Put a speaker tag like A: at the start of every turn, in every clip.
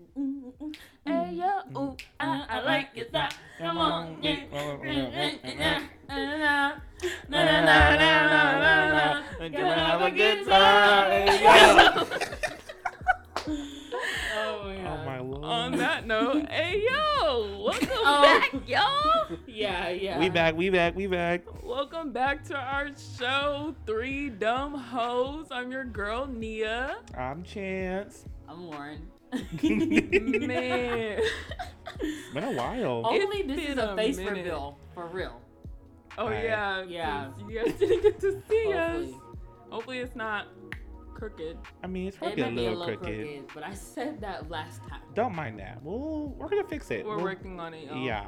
A: Mm-hmm. like it's not. Mm-hmm. Come on. Mm-hmm. Mm-hmm. Gonna have a good time. Oh my
B: Oh my lord.
C: On that note, hey yo, welcome
A: Oh.
C: back, y'all.
A: Yeah, yeah.
B: We back, we back, we back.
C: Welcome back to our show, Three Dumb Hoes. I'm your girl Nia.
B: I'm Chance.
A: I'm Lauren.
C: Man,
B: Been a while.
A: Only
C: It's
A: this is
C: been
A: a
C: a
A: face
C: minute.
A: reveal for real.
C: oh
B: Right.
C: yeah,
A: Yeah.
C: 'cause You guys didn't get to see
A: Hopefully.
C: us. Hopefully, it's not crooked.
B: I mean, it's
A: It
B: probably
A: may
B: a
A: be
B: little crooked.
A: but I said that last time.
B: Don't mind that. We'll, we're gonna fix it.
C: We're
B: We'll-
C: working on it, y'all.
B: Yeah.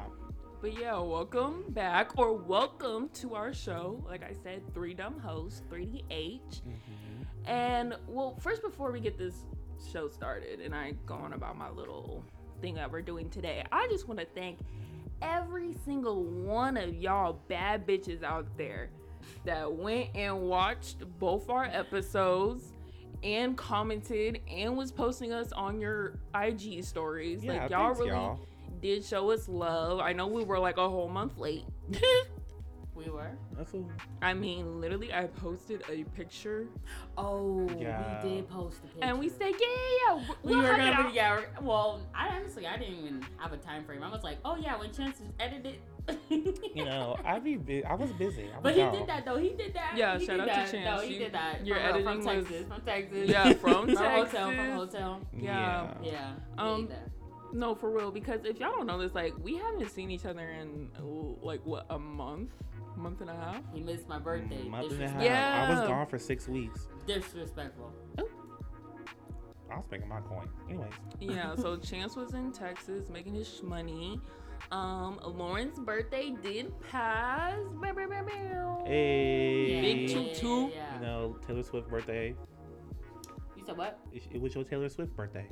C: But yeah, welcome back or welcome to our show. Like I said, Three Dumb Hosts, 3DH. And well, first before we get this show started and I go on about my little thing that we're doing today, I just want to thank every single one of y'all bad bitches out there that went and watched both our episodes and commented and was posting us on your IG stories.
B: Yeah,
C: like y'all
B: thanks,
C: really
B: y'all.
C: did show us love. I know we were like a whole month late.
A: We were.
B: That's a-
C: I mean, literally, I posted a picture
A: Oh,
B: Yeah.
A: we did post the picture.
C: and we said, "Yeah, yeah, yeah,
A: we
C: we'll
A: were
C: hug it
A: gonna
C: out."
A: be yeah. we're- Well, I honestly I didn't even have a time frame. I was like, oh yeah, when Chance is edited.
B: you know, I be bu- I was busy. I was
A: But he
B: out.
A: did that though. He did that.
C: Yeah,
A: he
C: shout
A: did
C: out to
A: that. No,
C: Chance.
A: he
C: You-
A: did that.
C: your
A: for real,
C: editing
A: from
C: was-
A: Texas. From Texas.
C: Yeah, from
A: From hotel. From
C: Texas.
A: hotel.
C: Yeah.
A: Yeah.
C: Um,
A: we did that.
C: No, for real, because if y'all don't know this, like, we haven't seen each other in like what a month, month and a half.
A: He missed Mm, my birthday.
B: Month and a half.
A: Disrespectful.
C: Yeah.
B: I was gone for six weeks.
A: Disrespectful.
B: I was making my coin. Anyways.
C: Yeah, so Chance was in Texas making his money. Um, Lauren's birthday did pass. Bow, bow, bow, bow.
B: Hey.
A: Yeah,
C: Big
A: yeah,
C: two-
A: yeah,
C: tutu.
A: yeah,
B: You
A: yeah.
B: know, Taylor Swift birthday.
A: You said what?
B: It, it was your Taylor Swift birthday.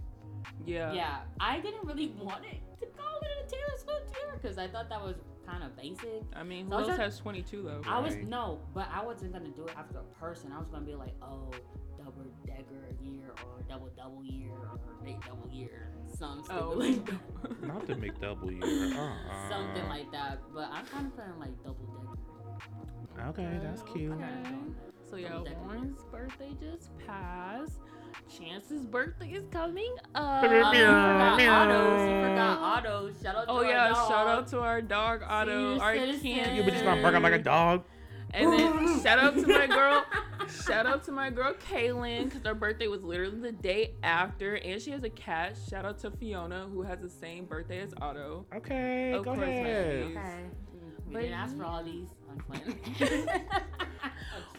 C: Yeah.
A: Yeah, I didn't really want it to go in a Taylor Swift year because I thought that was kind of basic.
C: I mean, who
A: So I was
C: else
A: try-
C: has 22 though?
A: I was
B: Right.
A: no, but I wasn't gonna do it after a person. I was gonna be like, oh, double decker year or double double year or make double year, something stupid
C: Oh.
A: like that.
B: Not the McDouble year. Uh-uh.
A: something like that. But I'm kind of playing like double decker.
B: Okay, that's cute.
A: I'm kinda
C: Okay.
A: doing
C: So yeah,
A: Double-decker.
C: Lauren's birthday just passed. Chance's birthday is coming up.
A: that. Oh, you forgot
B: Meow.
A: autos. You forgot autos. Shout out to
C: Oh
A: our
C: yeah,
A: dog.
C: shout out to our dog Otto,
A: Senior
C: our
A: citizen.
C: can.
B: You bitches not barking like a dog.
C: And then shout out to my girl, shout out to my girl Kaylin, because her birthday was literally the day after, and she has a cat. Shout out to Fiona, who has the same birthday as Otto.
B: Okay,
C: Of
B: go
C: course, my
B: ahead.
C: baby.
A: Okay. We
C: But-
A: didn't ask for all these. I'm playing. I'm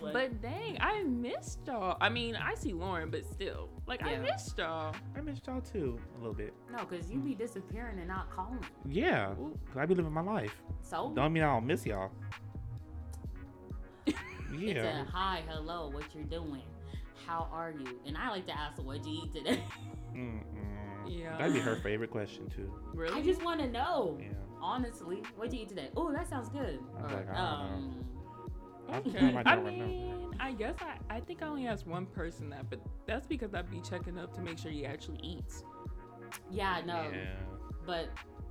A: playing.
C: But dang, I missed y'all. I mean, I see Lauren, but still, like I
A: Yeah.
C: missed y'all.
B: I missed y'all too a little bit.
A: no, cause you be disappearing and not calling.
B: Yeah,
C: Ooh.
B: 'cause I be living my life.
A: So
B: Don't mean I don't miss y'all.
A: It's
B: Yeah.
A: a hi, hello, what you're doing? How are you? And I like to ask, what'd you eat today?
B: Mm-mm.
C: Yeah.
B: That'd be her favorite question too.
C: Really?
A: I just want to know,
B: Yeah.
A: honestly, what'd you eat today? Oh, that sounds good.
B: I'm
A: Or,
B: like, I don't know.
A: um,
B: I'm
C: Okay.
B: trying to
C: I
B: remember.
C: mean, I guess I, I think I only asked one person that, but that's because I'd be checking up to make sure he actually eats.
A: yeah, no,
B: Yeah.
A: but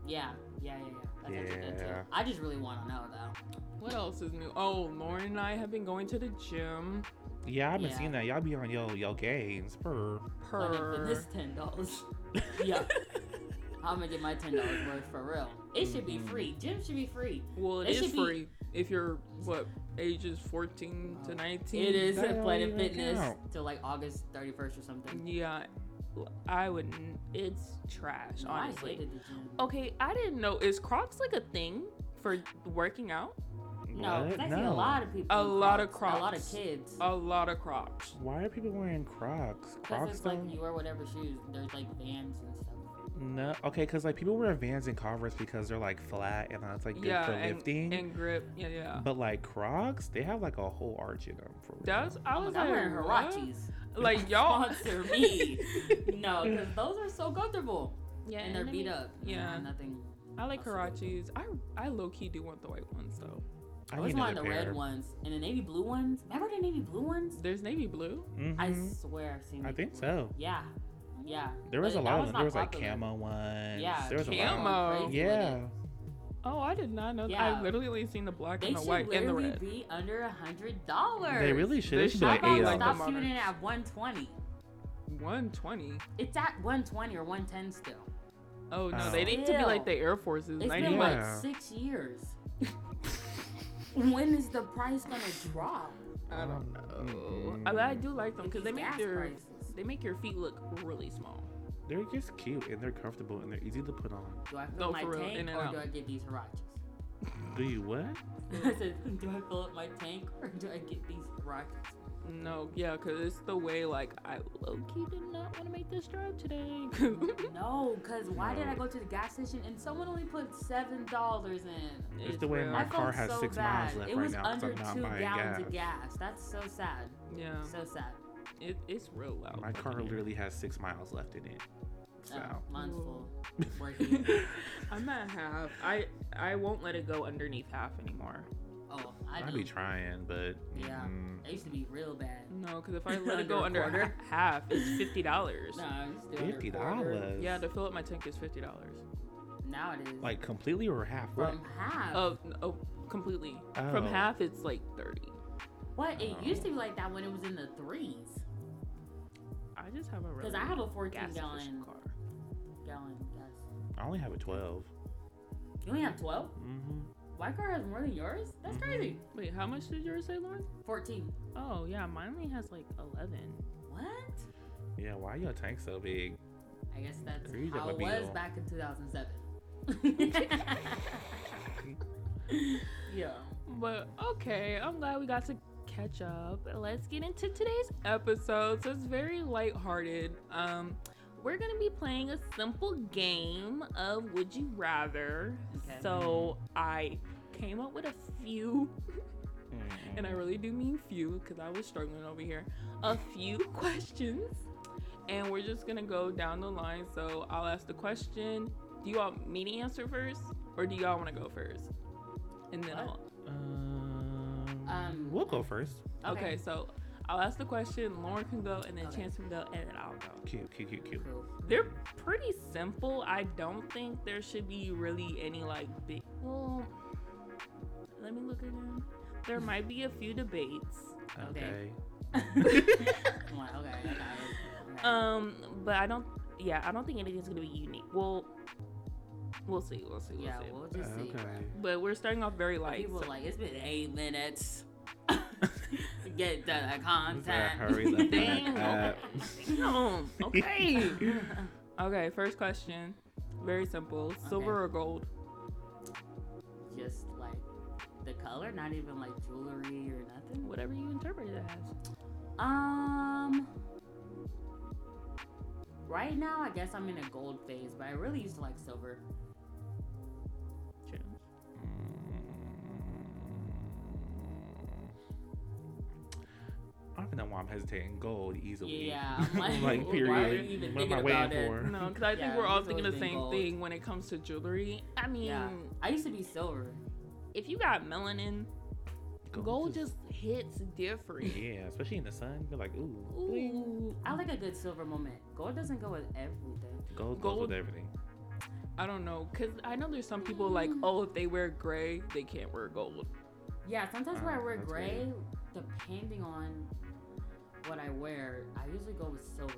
A: yeah, yeah, yeah, yeah. That's actually good
B: Yeah.
A: too. I just really want to know though.
C: What else is new? Oh, Lauren and I have been going to the gym.
B: Yeah, I've been
A: Yeah.
B: seeing that. Y'all be on yo yo games. Per.
A: But if for
C: Per.
A: this ten dollars, yeah, I'm gonna get my ten dollars worth for real. It should be
B: Mhm.
A: free. Gym should be free.
C: Well,
A: It
C: it is
A: should be-
C: free if you're what ages 14 to
A: Oh.
C: 19.
A: It is
B: That
A: at
B: don't
A: Planet
B: even
A: Fitness
B: count.
A: till like August 31st or something.
C: Yeah, I wouldn't. It's trash,
A: No, I
C: honestly.
A: hated the gym.
C: Okay, I didn't know. Is Crocs like a thing for working out?
A: No, 'cause
B: What?
A: I see a lot of people.
C: A
A: in
C: lot of
A: A lot
C: Crocs.
A: of kids.
C: A lot of Crocs.
B: Why are people wearing Crocs?
A: Because
B: Crocs
A: it's like
B: though?
A: you wear whatever shoes. There's like Vans and stuff.
B: No. Okay, because like people wear Vans and Converse because they're like flat and that's like good
C: yeah,
B: for
C: and,
B: lifting.
C: and grip. Yeah, yeah.
B: But like Crocs, they have like a whole arch in them for real.
C: That's I
A: I'm,
C: was
A: like, Oh I'm wearing
C: like, what?
A: Hirachis.
C: Like y'all
A: Sponsor me. no, because those are so comfortable
C: Yeah,
A: and they're
C: let
A: beat
C: me-
A: up. and
C: yeah.
A: nothing.
C: I like
A: Also.
C: Hirachis. I I low key do want the white ones though.
A: I always wanted the red ones and the navy blue ones. Remember the navy blue ones?
C: There's navy blue.
B: Mm-hmm.
A: I swear I've seen.
B: I
A: navy
B: think
A: blue.
B: so.
A: Yeah. Yeah.
B: There was
A: But
B: a
A: that
B: lot of them.
A: not
B: There was like
A: popular.
B: camo ones.
A: Yeah.
B: there was a lot.
C: Camo.
A: Crazy
B: Of,
A: with
B: yeah.
A: it.
C: Oh, I did not know that.
A: Yeah.
C: I've literally only seen the black
A: They
C: and the
A: should
C: white and the
A: literally
C: red.
A: be under a hundred dollars.
B: They really should. They
C: They
B: should be
A: How
C: should
B: like um,
A: about
B: eight
A: we
C: like
B: dollars.
A: stop
C: them on
A: shooting
C: it.
A: at one twenty?
C: 120.
A: It's at one twenty or one ten still.
C: Oh no,
B: Oh.
C: they need to be like the
A: Still.
C: Air Forces.
A: It's
C: 90
A: been
C: bucks.
A: like
B: Yeah.
A: six years. when is the price gonna drop?
C: I don't know.
B: Mm-mm.
C: But um, I do like them
A: With
C: because they
A: these
C: make
A: gas
C: your
A: prices.
C: they make your feet look really small.
B: They're just cute and they're comfortable and they're easy to put on.
A: Do I fill
C: No,
A: my
C: for real,
A: tank
C: in and
A: or
C: out.
A: do I get these hirachis?
B: Do you what?
A: I said, do I fill up my tank or do I get these hirachis?
C: No, yeah, because it's the way like I low key did not want to make this drive today.
A: No, cause why did I
B: No.
A: go to the gas station and someone only put seven dollars in?
B: It's the way
C: real.
B: my
A: I
B: car
A: felt
B: has
A: so
B: six
A: bad.
B: miles left
A: it
B: right
A: was
B: now 'cause
A: under
B: I'm not
A: two
B: buying
A: gallons of
B: gas.
A: gas. That's so sad.
C: Yeah,
A: So sad.
C: it, it's real loud.
B: My car
C: over here.
B: literally has six miles left in it. So
A: Oh, mine's full. Working.
C: I'm at half. I I won't let it go underneath half anymore.
A: Oh,
B: I
A: I
B: would
A: do.
B: be trying, but
A: Yeah.
B: mm,
A: I used to be real bad.
C: No, because if I let it go
A: Under
C: under
A: a
C: under
A: quarter.
C: half, it's fifty dollars.
A: No, I used to do
B: fifty
A: $100.
B: dollars.
C: Yeah, to fill up my tank is fifty dollars.
A: Now it is
B: like completely or half. What?
A: from half.
C: Oh, n- oh, completely.
B: Oh.
C: From half, it's like thirty.
A: What it
B: Oh.
A: used to be like that when it was in the threes.
C: I just have a really
A: Because I have a fourteen
C: gas
A: gallon
C: efficient car.
A: gallon gas.
B: I only have a twelve.
A: You only have twelve.
B: Mm-hmm.
A: My car has more than yours. That's
B: Mhm.
A: crazy.
C: Wait, how much did yours say, Lauren?
A: Fourteen.
C: Oh yeah, mine only has like eleven.
A: What?
B: Yeah. Why your tank so big?
A: I guess that's
B: Threes
A: how
B: of
A: it
B: a
A: was
B: bill.
A: back in two thousand seven. yeah.
C: But okay, I'm glad we got to catch up. Let's get into today's episode. So it's very lighthearted. Um, we're gonna be playing a simple game of Would You Rather.
A: Okay.
C: So I came up with a few,
B: Mm-mm.
C: and I really do mean few, because I was struggling over here. A few questions, and we're just gonna go down the line. So I'll ask the question. Do you want me to answer first, or do y'all want to go first? And then
A: What?
C: I'll
B: Um,
A: Um,
B: we'll go first.
C: Okay, so I'll ask the question. Lauren can go, and then
A: Okay.
C: Chance can go, and then I'll go.
B: Cute, cute, cute, cute.
A: Cool.
C: They're pretty simple. I don't think there should be really any like big. Well, let me look at them. There might be a few debates,
B: Okay.
A: Okay. I'm like, okay, okay, okay.
C: um, but I don't. Yeah, I don't think anything's gonna be unique. Well, we'll see. We'll see. We'll
A: yeah,
C: see.
A: we'll
B: Okay.
A: just see.
C: but we're starting off very light.
A: People
C: so-
A: like it's been eight minutes. Get to the content.
B: hurry the
C: Dang.
B: Uh,
C: Damn, Okay. okay. First question. Very simple. Silver or gold?
A: Just like the color, not even like jewelry or nothing.
C: Whatever you interpret it as.
A: Um. Right now, I guess I'm in a gold phase, but I really used to like silver.
C: True.
B: I don't know why I'm hesitating. Gold easily.
A: Yeah, I'm like,
B: like
A: why are
B: period.
A: you even
B: what am I
A: thinking
B: waiting
A: about it?
B: for?
C: No, because I think
A: Yeah,
C: we're all
A: we've
C: thinking
A: always
C: the
A: been
C: same
A: gold.
C: thing when it comes to jewelry. I mean,
A: Yeah. I used to be silver.
C: if you got melanin, gold,
B: is-
C: just hits different.
B: Yeah, especially in the sun. You're like, ooh, bling.
C: Ooh,
A: I like a good silver moment. Gold doesn't go with everything.
B: gold, goes
C: Gold-
B: with everything.
C: I don't know, cause I know there's some people like,
A: Mm.
C: oh, if they wear gray, they can't wear gold.
A: Yeah, sometimes when I
B: Oh,
A: wear
B: that's
A: gray, depending on what I wear, I usually go with silver.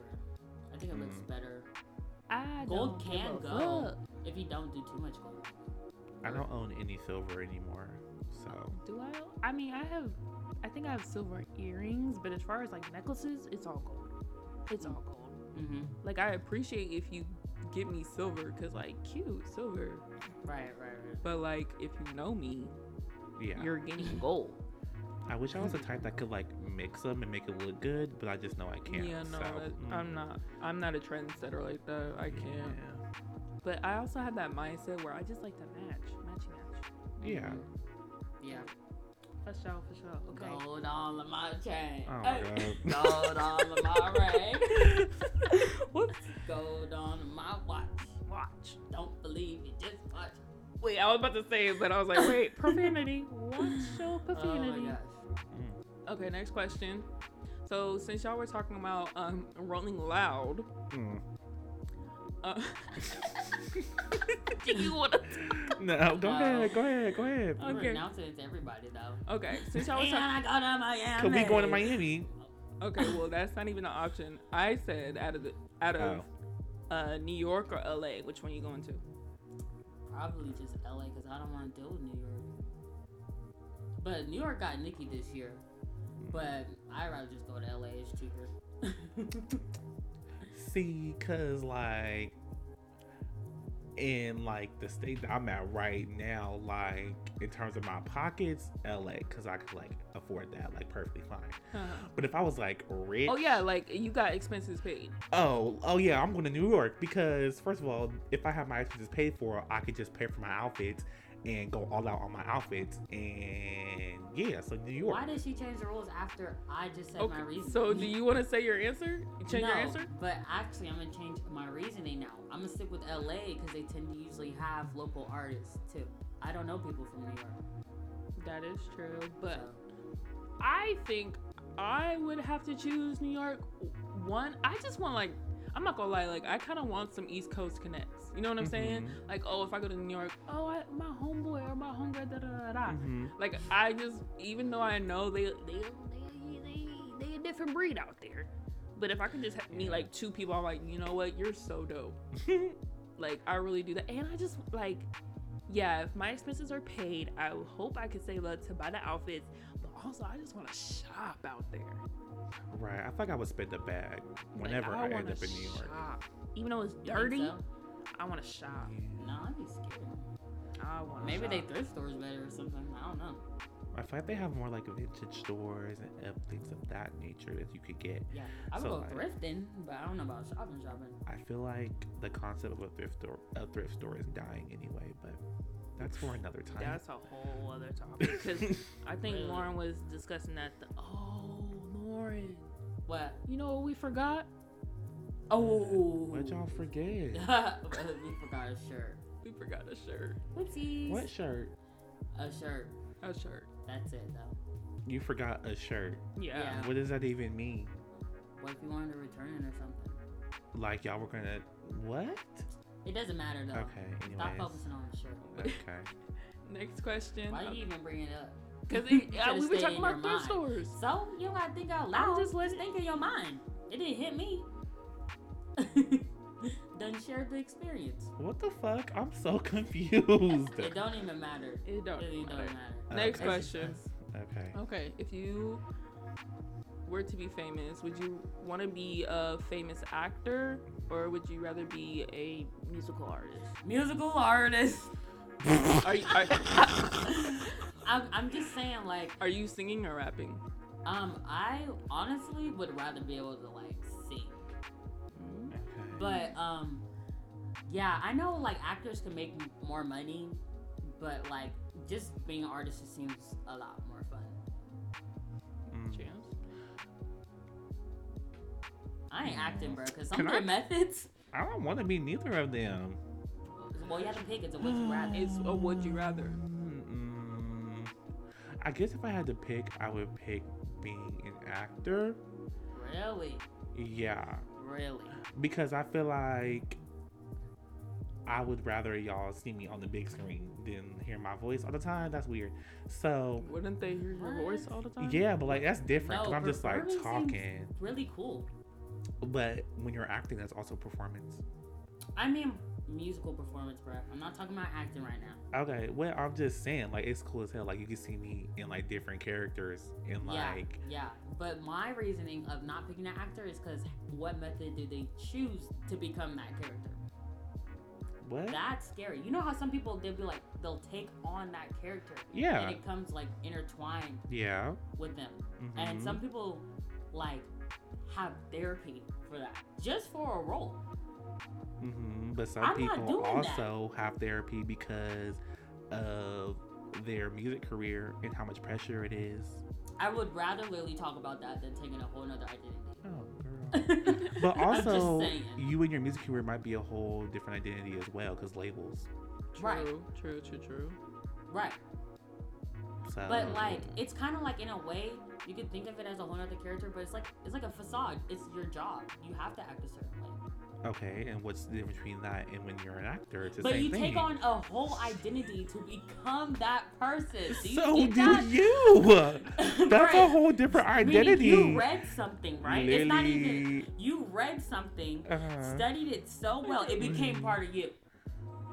A: I think it looks
B: Mm.
A: better
C: I
A: Gold
C: don't give
A: can
C: a
A: go.
C: fuck.
A: if you don't do too much gold.
B: I don't own any silver anymore, so
C: Do I? I mean, I have, I think I have silver earrings, but as far as like necklaces, it's all gold. It's all gold.
A: Mm-hmm.
C: Like I appreciate if you give me silver, cause like cute silver.
A: Right, right, right.
C: But like if you know me,
B: yeah.
C: you're getting gold.
B: I wish I was the
C: Mm.
B: type that could like mix them and make it look good, but I just know I can't.
C: Yeah, no,
B: so,
C: that, I'm
B: mm,
C: not. I'm not a trendsetter like that. I can't.
B: yeah.
C: But I also have that mindset where I just like to match, matchy match.
B: Yeah.
A: Mhm. Yeah.
C: For sure, for sure. Okay.
A: Gold all of my chain.
B: Oh my
A: Hey.
B: God.
A: Gold all of my ring.
C: Whoops.
A: Gold on my watch.
C: Watch.
A: Don't believe it, just watch.
C: Wait, I was about to say it, but I was like, wait, profanity. Watch your
A: Oh my
C: profanity.
A: gosh.
B: Mm.
C: okay, next question. So since y'all were talking about um, Rolling Loud,
B: Mm.
C: uh, do you want to?
B: No, go
A: Wow.
B: ahead, go ahead, go ahead.
A: You were
C: Okay.
A: announcing it to everybody though.
C: Okay, since y'all were
A: And
C: talking.
A: I go to Miami.
B: Could we go to Miami?
C: Okay, well that's not even an option. I said out of the, out of uh, New York or LA, which one you going to?
A: Probably just LA because I don't want to deal with New York. But New York got Nikki this year. But I'd rather just go to LA. It's cheaper.
B: See, cause like in like the state that I'm at right now, like in terms of my pockets, LA, cause I could like afford that like perfectly fine.
C: Huh.
B: But if I was like rich,
C: Oh yeah, like you got expenses paid.
B: oh oh yeah, I'm going to New York because first of all, if I have my expenses paid for, I could just pay for my outfits and go all out on my outfits and yeah, so New York.
A: Why did she change the rules after I just said my
C: Okay,
A: reason?
C: so do you want to say your answer? Change
A: No,
C: your answer?
A: But actually, I'm gonna change my reasoning now. I'm gonna stick with LA because they tend to usually have local artists too. I don't know people from New York.
C: That is true,
A: But
C: but I think I would have to choose New York. One, I just want like I'm not gonna lie, like I kind of want some East Coast connects. You know what I'm saying? Like, oh, if I go to New York, oh, I, my homeboy or my homegirl, da da da da.
B: Mhm.
C: Like I just, even though I know they they they they, they a different breed out there, but if I could just ha- meet
B: Yeah.
C: like two people, I'm like, you know what, you're so dope. like I really do that, and I just like, yeah, if my expenses are paid, I hope I could save up to buy the outfits, but also I just want to shop out there.
B: Right, I feel like I would spend the bag
C: Like,
B: whenever I, end
C: wanna
B: up in New York.
C: shop. even though it's
A: You think
C: dirty,
A: so?
C: I want to shop.
B: Yeah.
A: No, I'd be scared.
C: I want.
A: Maybe they thrift stores better or something. I don't know.
B: I feel like they have more like vintage stores and uh, things of that nature that you could get.
A: Yeah, I would
B: So,
A: go
B: like-
A: thrifting, but I don't know about shopping. Shopping.
B: I feel like the concept of a thrift store, a thrift store is dying anyway, but that's for another time.
C: That's a whole other topic. 'cause I think
A: Really?
C: Lauren was discussing that. The, oh, Lauren.
A: What?
C: You know what we forgot?
A: Oh,
B: What y'all forget?
A: we forgot a shirt.
C: We forgot a shirt.
A: Whoopsies.
B: what shirt?
A: A shirt.
C: A shirt.
A: That's it though.
B: You forgot a shirt.
A: Yeah.
B: What does that even mean?
A: What if you wanted to return it or something?
B: Like y'all were gonna what?
A: It doesn't matter though.
B: Okay.
A: Stop
B: Anyways.
A: focusing on the shirt.
B: Okay.
C: Next question.
A: Why you even bring it up?
C: Because
A: You
C: yeah,
A: should've
C: we were
A: stayed
C: talking
A: in your
C: about thrift
A: mind.
C: stores.
A: So you don't gotta think out loud.
C: just
A: Just,
C: letting-
A: think in your mind. It didn't hit me. Done shared the experience.
B: What the fuck? I'm so confused.
A: It don't even matter.
C: It
A: It
C: don't
A: really don't
C: matter.
A: matter.
B: Next
A: That's just
C: question.
A: us.
B: Okay.
C: Okay, if you were to be famous, would you want to be a famous actor or would you rather be a musical artist?
A: Musical artist.
C: Are you, are,
A: I'm, I'm just saying, like,
C: are you singing or rapping?
A: um, I honestly would rather be able to like sing, but um, yeah, I know like actors can make m- more money, but like just being an artist just seems a lot more fun.
B: Mm.
C: Chance?
A: I ain't acting, bro, because some
B: Mm-hmm. Can
A: of their
B: I-
A: methods.
B: I don't want to be neither of them.
A: Well, you have to pick. It's a would you rather.
C: It's a would you rather.
B: Mm-mm. I guess if I had to pick, I would pick being an actor.
A: Really,
B: Yeah,
A: really.
B: because I feel like I would rather y'all see me on the big screen than hear my voice all the time. That's weird. So
C: Wouldn't they hear your voice all the time?
B: yeah, but like that's different.
A: No,
B: 'cause I'm just
A: performing
B: like
A: seems-
B: talking.
A: Really cool.
B: But when you're acting, that's also performance.
A: I mean, musical performance, bro. I'm not talking about acting right now.
B: Okay, well I'm just saying like it's cool as hell. Like you can see me in like different characters and like
A: yeah, yeah. But my reasoning of not picking an actor is because what method do they choose to become that character?
B: what?
A: That's scary. You know how some people they'll be like they'll take on that character
B: yeah,
A: and it comes like intertwined
B: yeah.
A: with them. And
B: mhm.
A: some people like have therapy for that just for a role.
B: hmm But some
A: I'm not
B: people
A: doing that.
B: also have therapy because of their music career and how much pressure it is.
A: I would rather literally talk about that than taking a whole nother identity.
B: Oh, girl. but
A: I'm just
B: also,
A: saying.
B: you and your music career might be a whole different identity as well because labels.
C: True,
A: Right.
C: true, true, true.
A: right.
B: So, Oh.
A: But like, it's kind of like in a way, you could think of it as a whole other character, but it's like it's like a facade. It's your job. You have to act a certain way.
B: Okay, and what's the difference between that and when you're an actor? It's the
A: But
B: same
A: you
B: thing.
A: take on a whole identity to become that person. Do you
B: so
A: get
B: do
A: that?
B: you? That's a
A: Right.
B: whole different
A: Meaning
B: identity.
A: You read something, right? It's not even
B: Lily.
A: you read something,
B: Uh-huh.
A: studied it so well, it became
B: Mhm.
A: part of you.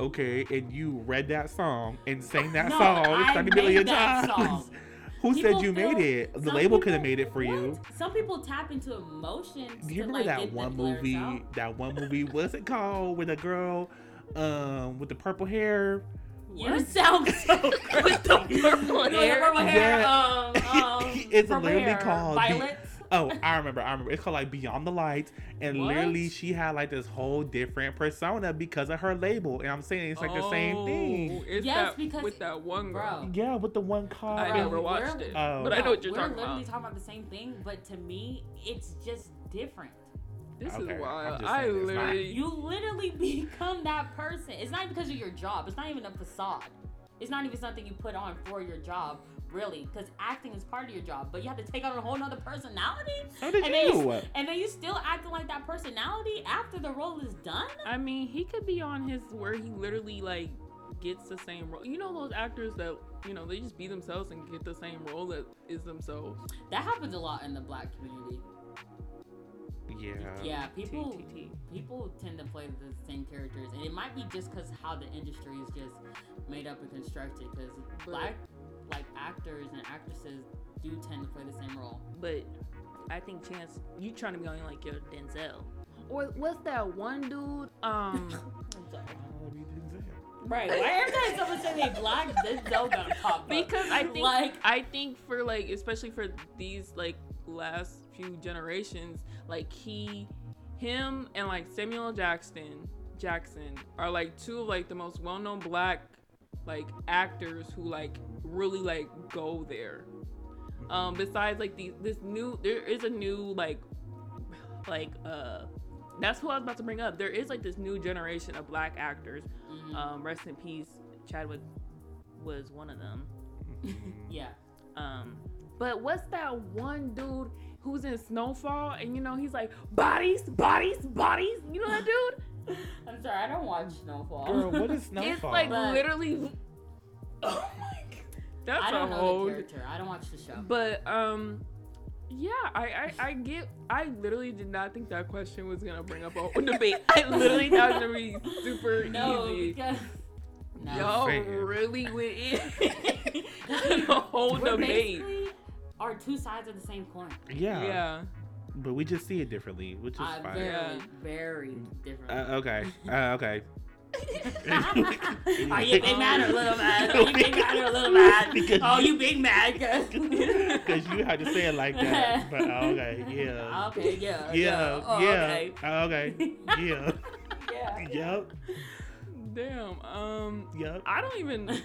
B: Okay, and you read that song and sang that
A: No,
B: song
A: I
B: 30 million
A: made that
B: times.
A: song.
B: Who
A: People
B: said you
A: feel-
B: made it? The
A: some
B: label could have
A: people-
B: made it for you.
A: What? Some people tap into emotions.
B: Do you
A: to,
B: remember
A: like,
B: that
A: get
B: one
A: the lyrics
B: movie?
A: out.
B: That one movie, what's it called? With a girl um with the purple hair.
A: You sound so
C: With the purple
A: No, the
C: hair.
A: purple hair.
B: Yeah.
A: Um, um,
B: It's
A: purple
B: literally
A: hair.
B: called the-
A: Violet.
B: Oh, I remember, I remember. It's called like Beyond the Lights. And
C: What?
B: literally she had like this whole different persona because of her label. And I'm saying it's like the same thing.
C: Oh, It's
A: Yes,
C: that,
A: because-
C: with that one
A: Bro.
C: girl.
B: Yeah, with the one called
C: I
A: Bro,
C: never
A: we're-
C: watched it,
B: Oh.
C: but I know what you're
A: We're
C: talking
A: literally
C: about.
A: talking about the same thing, but to me, it's just different.
C: This
B: Okay,
C: is wild.
B: I'm just
C: I
B: saying it's not-
C: literally.
A: You literally become that person. It's not even because of your job. It's not even a facade. It's not even something you put on for your job, really, because acting is part of your job. But you have to take on a whole nother personality,
B: How did
A: and then,
B: you?
A: you, and then you still acting like that personality after the role is done.
C: I mean, he could be on his where he literally like gets the same role. You know those actors that you know they just be themselves and get the same role that is themselves.
A: That happens a lot in the black community.
B: Yeah.
A: Yeah, people.
C: TTT.
A: people tend to play the same characters and it might be just because how the industry is just made up and constructed because
C: But-
A: black like actors and actresses do tend to play the same role
C: But I think Chance, you trying to be on like your Denzel, or what's that one dude? Um,
A: right why every time someone says they black Denzel gonna pop up
C: because I think
A: like
C: I think for like especially for these like last few generations, like he, him and like Samuel L. Jackson Jackson are like two of like the most well known black like actors who like really like go there. Um, besides like the this new there is a new like like uh that's who I was about to bring up. There is like this new generation of black actors.
A: mhm,
C: Um, rest in peace, Chadwick was one of them.
A: yeah
C: Um, but what's that one dude who's in Snowfall and you know he's like bodies, bodies, bodies? You know that dude?
A: I'm sorry I don't watch Snowfall
B: Girl, what is Snowfall?
C: it's like
A: But-
C: literally
A: oh my god
C: that's
A: I don't
C: a
A: know
C: whole.
A: the character I don't watch the show
C: But um, yeah, I, I I get. I literally did not think that question was gonna bring up a debate. I literally thought it was gonna be super
A: no
C: easy.
A: because no
C: Y'all
B: Fair.
C: really went in the whole
A: we're
C: debate.
A: basically are two sides of the same coin
B: yeah,
C: yeah.
B: but we just see it differently, which is
A: Uh,
B: fine.
A: very,
C: Yeah.
A: very different.
B: Uh, okay. Uh, okay.
A: Are you big mad or little mad? Are you big mad or little mad?
B: Because
A: Oh,
B: you-
A: you big mad?
B: Because you had to say it like that. But oh, okay. Yeah.
A: Okay, yeah.
B: yeah.
A: Oh,
B: yeah.
A: Okay.
B: Oh, okay. Yeah.
A: Yeah.
B: yep.
C: Damn. Um.
B: Yep.
C: I don't even.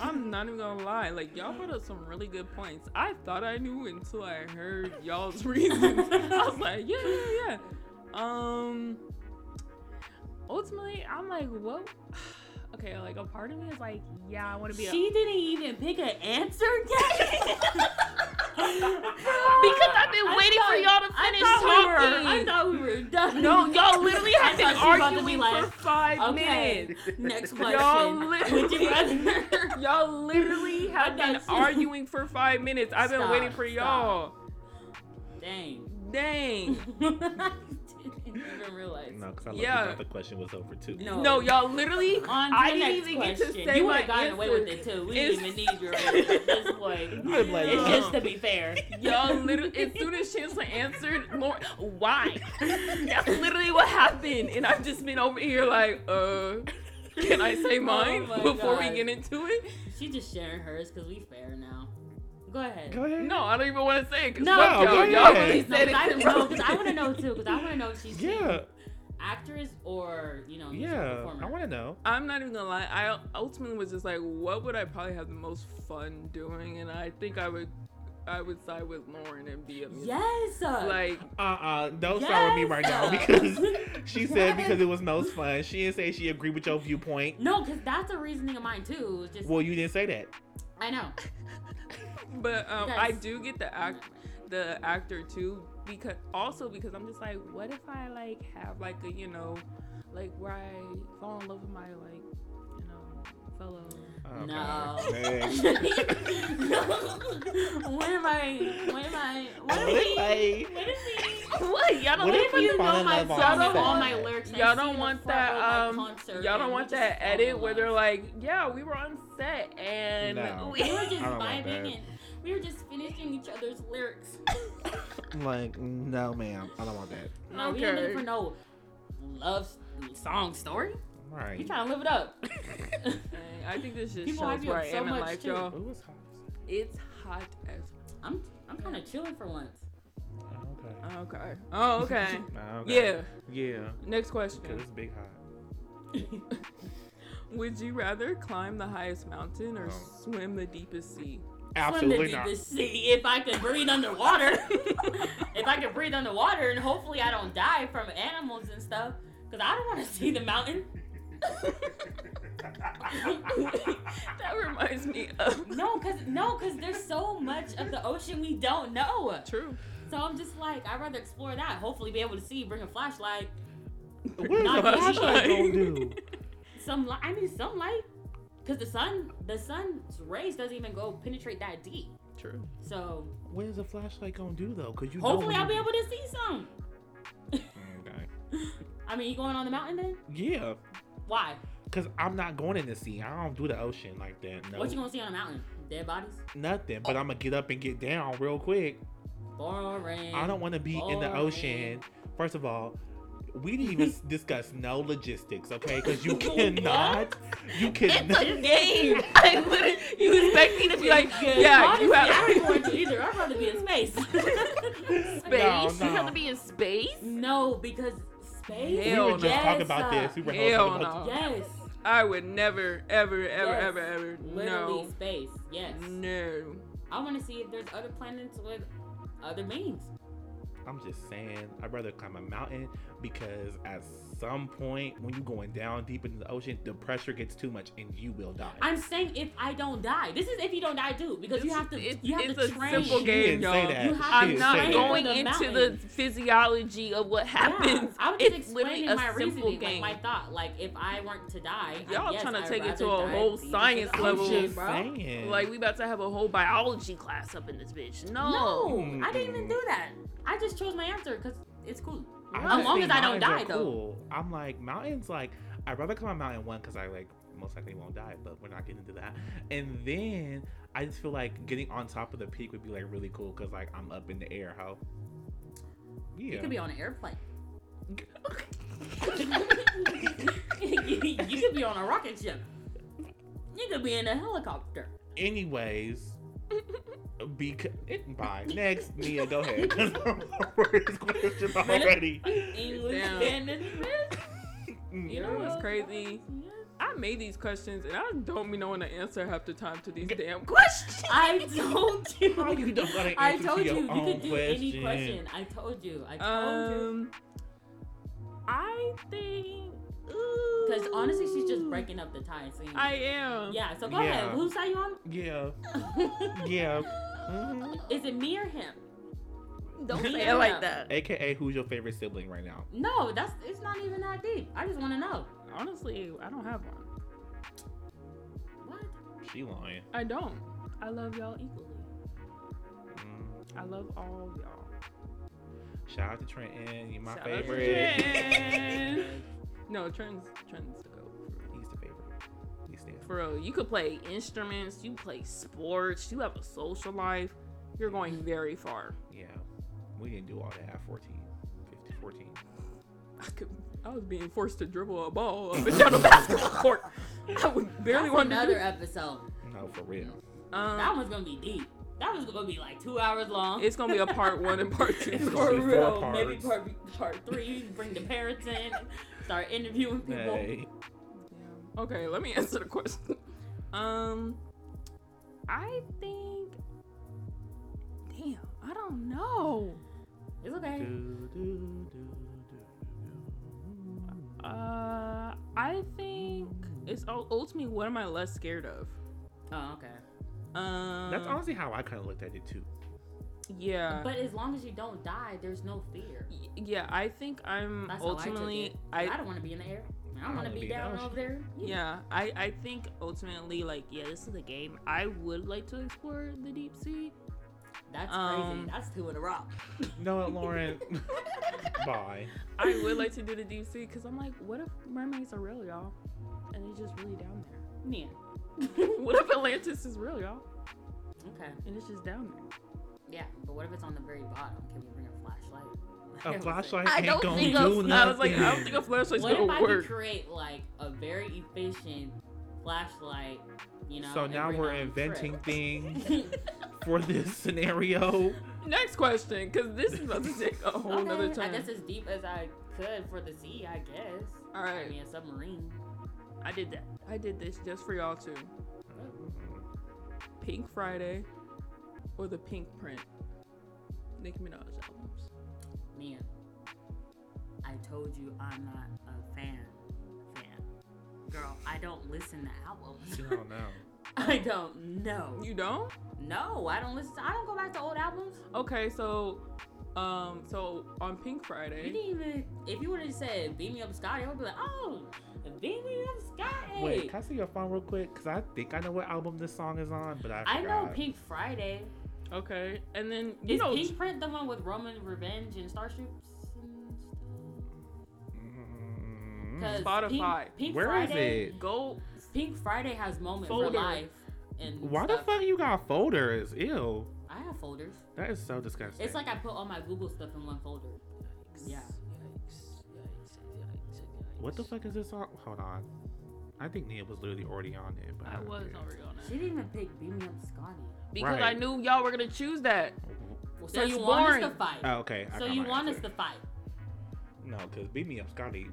C: I'm not even gonna lie. Like y'all brought up some really good points. I thought I knew until I heard y'all's reasons. I was like, yeah, yeah, yeah. Um. Ultimately, I'm like, what? Okay, like a part of me is like, yeah, I want to be. a-
A: She didn't even pick an answer, Gabby.
C: because I've been waiting for y'all to
A: I
C: finish
A: thought we
C: talking.
A: were. I thought we were done.
C: no, y'all literally
A: I
C: have been
A: thought she was about to be
C: arguing for
A: like,
C: five
A: okay.
C: minutes.
A: Next question.
C: Y'all
A: Would you
C: literally,
A: rather?
C: y'all literally have
A: I
C: been
A: thought she-
C: arguing for five minutes. I've been
A: Stop,
C: waiting for y'all.
A: stop. Dang.
C: Dang.
A: I didn't even realize.
B: No, because I looked
C: Yeah.
B: yeah. the question was over too.
A: No.
C: No, y'all literally.
A: On to
C: I
A: the
C: didn't
A: next
C: even
A: question.
C: get to say
A: you
C: my
A: would've gotten away with it
C: answer.
A: too. We
C: It's-
A: didn't even need your answer at this point.
B: I'm like,
A: It's
B: um,
A: just to be fair.
C: Y'all literally, as soon as Chancellor answered, Lauren, why? That's literally what happened, and I've just been over here like, uh, can I say
A: Oh
C: mine
A: my
C: before
A: God.
C: we get into it?
A: She just sharing hers because we fair now. Go ahead.
B: Go ahead.
C: No, I don't even want to say it. 'cause
A: No,
C: fuck
B: go
C: y'all,
B: ahead.
C: y'all really
A: Please, no,
C: said
A: 'cause I,
C: it.
A: no, 'cause I want to know too. Because I want to know if she's
B: Yeah.
A: actress or you know music
B: Yeah.
A: performer.
B: I want to know.
C: I'm not even gonna lie. I ultimately was just like, what would I probably have the most fun doing? And I think I would, I would side with Lauren and be a musician.
A: Yes.
C: Like,
B: Uh uh-uh, uh. do not start with me right now because she said
A: Yes.
B: because it was most fun. She didn't say she agreed with your viewpoint.
A: no, because that's a reasoning of mine too. It's just
B: Well, you didn't say that.
A: I know.
C: but um,
A: Yes.
C: I do get the act. the actor too because also because I'm just like, what if I like have like a you know, like where I fall in love with my like you know fellow.
B: Oh,
A: No.
B: God. Next.
A: when am I? When am I? What
B: What
A: if
B: if
A: we?
B: I-
A: What if we?
C: What y'all
B: What
C: don't what
B: if
A: If
B: we
A: you
B: fall
A: know
B: in
A: my
B: love on
A: y'all
B: set?
A: all my lyrics, and
C: Y'all
A: seen
C: don't
A: the
C: want
A: front row of my
C: that. Um,
A: concert,
C: y'all
A: and
C: don't
A: we
C: want
A: just
C: that
A: fall in
C: edit where
A: love.
C: they're like, "Yeah, we were on set and
B: No.
A: We were
C: we,
A: just
B: I don't want
A: vibing
B: that.
A: and we were just finishing each other's lyrics.
B: Like, no, ma'am. I don't want that.
A: No, we ain't looking
C: Okay.
A: for no love s- song story. We
B: Right.
A: trying to live it up.
C: And I think this just
A: People hype
C: shows
A: you up
C: where I
A: so
C: am in
A: much,
C: life,
A: too.
C: y'all.
B: Ooh, it's hot.
C: It's hot as
A: I'm I'm kind of chilling for once.
B: Okay.
C: okay. Oh, okay.
B: Nah, okay.
C: yeah.
B: Yeah.
C: Next
B: Cause
C: question.
B: it's big hot.
C: Would you rather climb the highest mountain or
B: Oh.
C: swim the deepest sea?
A: Swim
B: Absolutely
A: the
B: not.
A: deepest sea if I could breathe underwater. if I could breathe underwater, and hopefully I don't die from animals and stuff, because I don't want to see the mountain.
C: that reminds me of
A: No, cause no, cause there's so much of the ocean we don't know.
C: True.
A: So I'm just like, I'd rather explore that. Hopefully, be able to see, bring a flashlight,
B: What is
A: Not
B: a flashlight
A: easy.
B: gonna do?
A: some light. I need some light, cause the sun, the sun's rays doesn't even go penetrate that deep.
C: True.
A: So
B: What is a flashlight gonna do though? Cause you know
A: hopefully,
B: when
A: I'll be
B: you-
A: able to see some.
B: Okay.
A: I mean, you going on the mountain then?
B: Yeah,
A: Why?
B: cause I'm not going in the sea. I don't do the ocean like that. No,
A: What you gonna see on the mountain? Dead bodies?
B: nothing. But I'm gonna get up and get down real quick.
A: Boring.
B: I don't want to be in the
A: Boring.
B: ocean. First of all, we didn't even discuss no logistics, okay? Cause you cannot, you cannot.
C: game. I literally, you expect me to be like, yeah,
A: Honestly,
C: you
A: I don't want
C: have
A: to either. I'd rather be in space.
B: No,
C: space. You have
B: no.
C: to be in space.
A: no, because space.
B: We
C: Hell
B: were just
A: Yes,
B: talking about
A: uh,
B: this. We were
C: Hell
B: talking about
C: no.
A: Yes.
C: I would never, ever, ever,
A: Yes.
C: ever, ever.
A: Literally space. Yes.
C: No. No.
A: I want to see if there's other planets with other beings.
B: I'm just saying, I'd rather climb a mountain because at some point when you're going down deep into the ocean, the pressure gets too much and you will die.
A: I'm saying if I don't die. This is if you don't die, too, because you
C: It's-
A: have to.
C: it's-
A: you have
C: it's
A: to
C: a
A: train.
C: simple
B: She
C: game,
B: didn't say
C: y'all.
B: that.
A: You
B: She
A: have-
C: I'm
B: didn't
C: not
B: say that.
C: going
A: The
C: into
A: mountain.
C: the physiology of what happens.
A: Yeah, I was just
C: it's literally
A: explaining
C: a
A: my
C: simple
A: reasoning,
C: game.
A: like my thought. Like if I weren't to die, I
C: Y'all
A: guess
C: tryna
A: I'd
C: take it to
A: rather
C: a
A: die
C: whole
A: than be in
C: science
A: the
B: I'm
C: level.
A: ocean,
B: just
A: bro.
B: saying.
C: like we about to have a whole biology class up in this bitch. No.
A: No, I didn't even
B: Mm-mm.
A: do that. I just chose my answer because it's cool.
B: I
C: As
B: just
A: long
B: think
A: as I don't
B: mountains
A: die,
B: are
A: though.
B: cool. I'm like mountains. Like I'd rather climb a mountain one because I like most likely won't die, but we're not getting into that. And then I just feel like getting on top of the peak would be like really cool because like I'm up in the air, ho. Yeah.
A: You could be on an airplane. you could be on a rocket ship. You could be in a helicopter.
B: Anyways. Because it, bye. Next, Mia, go ahead. 'Cause I'm over this question already.
A: English
C: Damn.
A: and Smith.
B: Mm.
C: You know what's crazy? I made these questions and I don't be knowing the answer half the time to these damn questions.
A: I told you.
B: How you don't know the
A: I
B: answer to
A: told you.
B: your
A: You
B: own
A: could do any
B: question?
A: question. I told you. I told you.
C: Um, I think.
A: Because honestly, she's just
C: ooh.
A: breaking up the tie and saying.
C: I am.
A: yeah. So go
B: Yeah.
A: ahead. Whose side you on?
B: Yeah, yeah. Mhm.
A: Is it me or him?
C: Don't
A: Me
C: say
A: or
C: it like
A: him?
C: that.
B: AKA, who's your favorite sibling right now?
A: No, that's it's not even that deep. I just want to know.
C: Honestly, I don't have one.
A: What?
B: She lying.
C: I don't. I love y'all equally.
B: Mm.
C: I love all y'all.
B: Shout out to Trenton. You my
C: Shout out to
B: favorite.
C: Trent. no, Trent's Trent's the goat.
B: He's the favorite. He's there.
C: For real, you could play instruments, you play sports, you have a social life. You're going very far.
B: Yeah. We didn't do all that at 14. 15, 14.
C: I could. I was being forced to dribble a ball up and down a basketball court. I would barely
A: That's
C: want to
A: another
C: do-
A: episode.
B: No, for real.
C: Um,
A: That one's gonna be deep. That was gonna be like two hours long.
C: It's gonna be a part one and part
B: It's gonna
C: two.
A: for
B: be four
A: real.
B: parts.
A: Maybe part part three. Bring the parents in. Start interviewing people.
B: Hey.
C: Okay, let me answer the question. Um, I think. Damn, I don't know.
A: It's okay.
B: Do, do, do, do, do.
C: Uh, I think it's ul- ultimately what am I less scared of?
A: Oh, okay.
C: Um, Uh-huh.
B: That's honestly how I kind of looked at it too.
C: yeah.
A: But as long as you don't die, there's no fear.
C: Y- Uh, yeah, I think I'm
A: That's
C: ultimately
A: how I,
C: I,
A: took it. I don't want to be in the air. I don't want to be down over there.
C: yeah, I I think ultimately like yeah, this is a game I would like to explore the deep sea.
A: That's
C: Um,
A: crazy. That's two in a row.
B: No, Lauren. Bye.
C: I would like to do the deep sea because I'm like, what if mermaids are real, y'all, and they just really down there?
A: Yeah.
C: What if Atlantis is real, y'all,
A: Okay.
C: and it's just down there?
A: Yeah, but what if it's on the very bottom? Can we bring a flashlight?
B: A flashlight
C: I
B: ain't
C: don't
B: gonna
C: think
B: do
C: a, I was like,
B: nothing.
C: I don't think a flashlight's
A: What if I
C: gonna
A: could
C: work.
A: create like a very efficient flashlight? You know.
B: so
A: and
B: now
A: bring
B: we're
A: it on a
B: inventing
A: trip?
B: things for this scenario.
C: Next question, because this is about to take a whole
A: okay,
C: nother
A: I
C: turn.
A: guess as deep as I could for the sea. I guess.
C: All
A: I
C: right,
A: mean, a submarine.
C: I did that. I did this just for y'all too.
A: Oh.
C: Pink Friday or the Pink Print. Nicki Minaj albums.
A: Man, I told you I'm not a fan. Fan. Girl, I don't listen to albums.
B: I don't know.
A: I don't know.
C: You don't?
A: No, I don't listen. To, I don't go back to old albums.
C: Okay, so um so on Pink
A: You
C: Friday.
A: didn't even. If you would have said "Beam Me Up, Scotty," I would be like, "Oh, Beam Me Up, Scotty."
B: Wait, can I see your phone real quick? Cause I think I know what album this song is on, but I
A: I know
B: forgot.
A: Pink Friday.
C: Okay. And then you
A: Is
C: know
A: Pink Print the one with Roman Revenge and Starships? and stuff?
B: Mm. Mm-hmm.
A: 'Cause
C: Spotify.
A: Pink, Pink
B: Where is
A: Friday,
B: it?
C: go
A: Pink Friday has moments
C: Folder.
A: for life. And
B: Why the
A: stuff.
B: fuck you got folders? Ew,
A: I have folders.
B: that is so disgusting.
A: It's like I put all my Google stuff in one folder. Yeah.
B: what the fuck is this song? Hold on, I think Nia was literally already on it. But
C: I was
B: yeah.
C: already on
A: She
C: it.
A: didn't even pick Beam Me Up, Scotty.
C: Because
B: Right.
C: I knew y'all were gonna choose that.
A: Well, so
C: That's
A: you want us
C: boring.
A: to fight.
B: Oh, okay. I
A: so
B: got
A: you
B: my
A: want
B: answer.
A: us to fight.
B: No, cause beat me up, Scotty.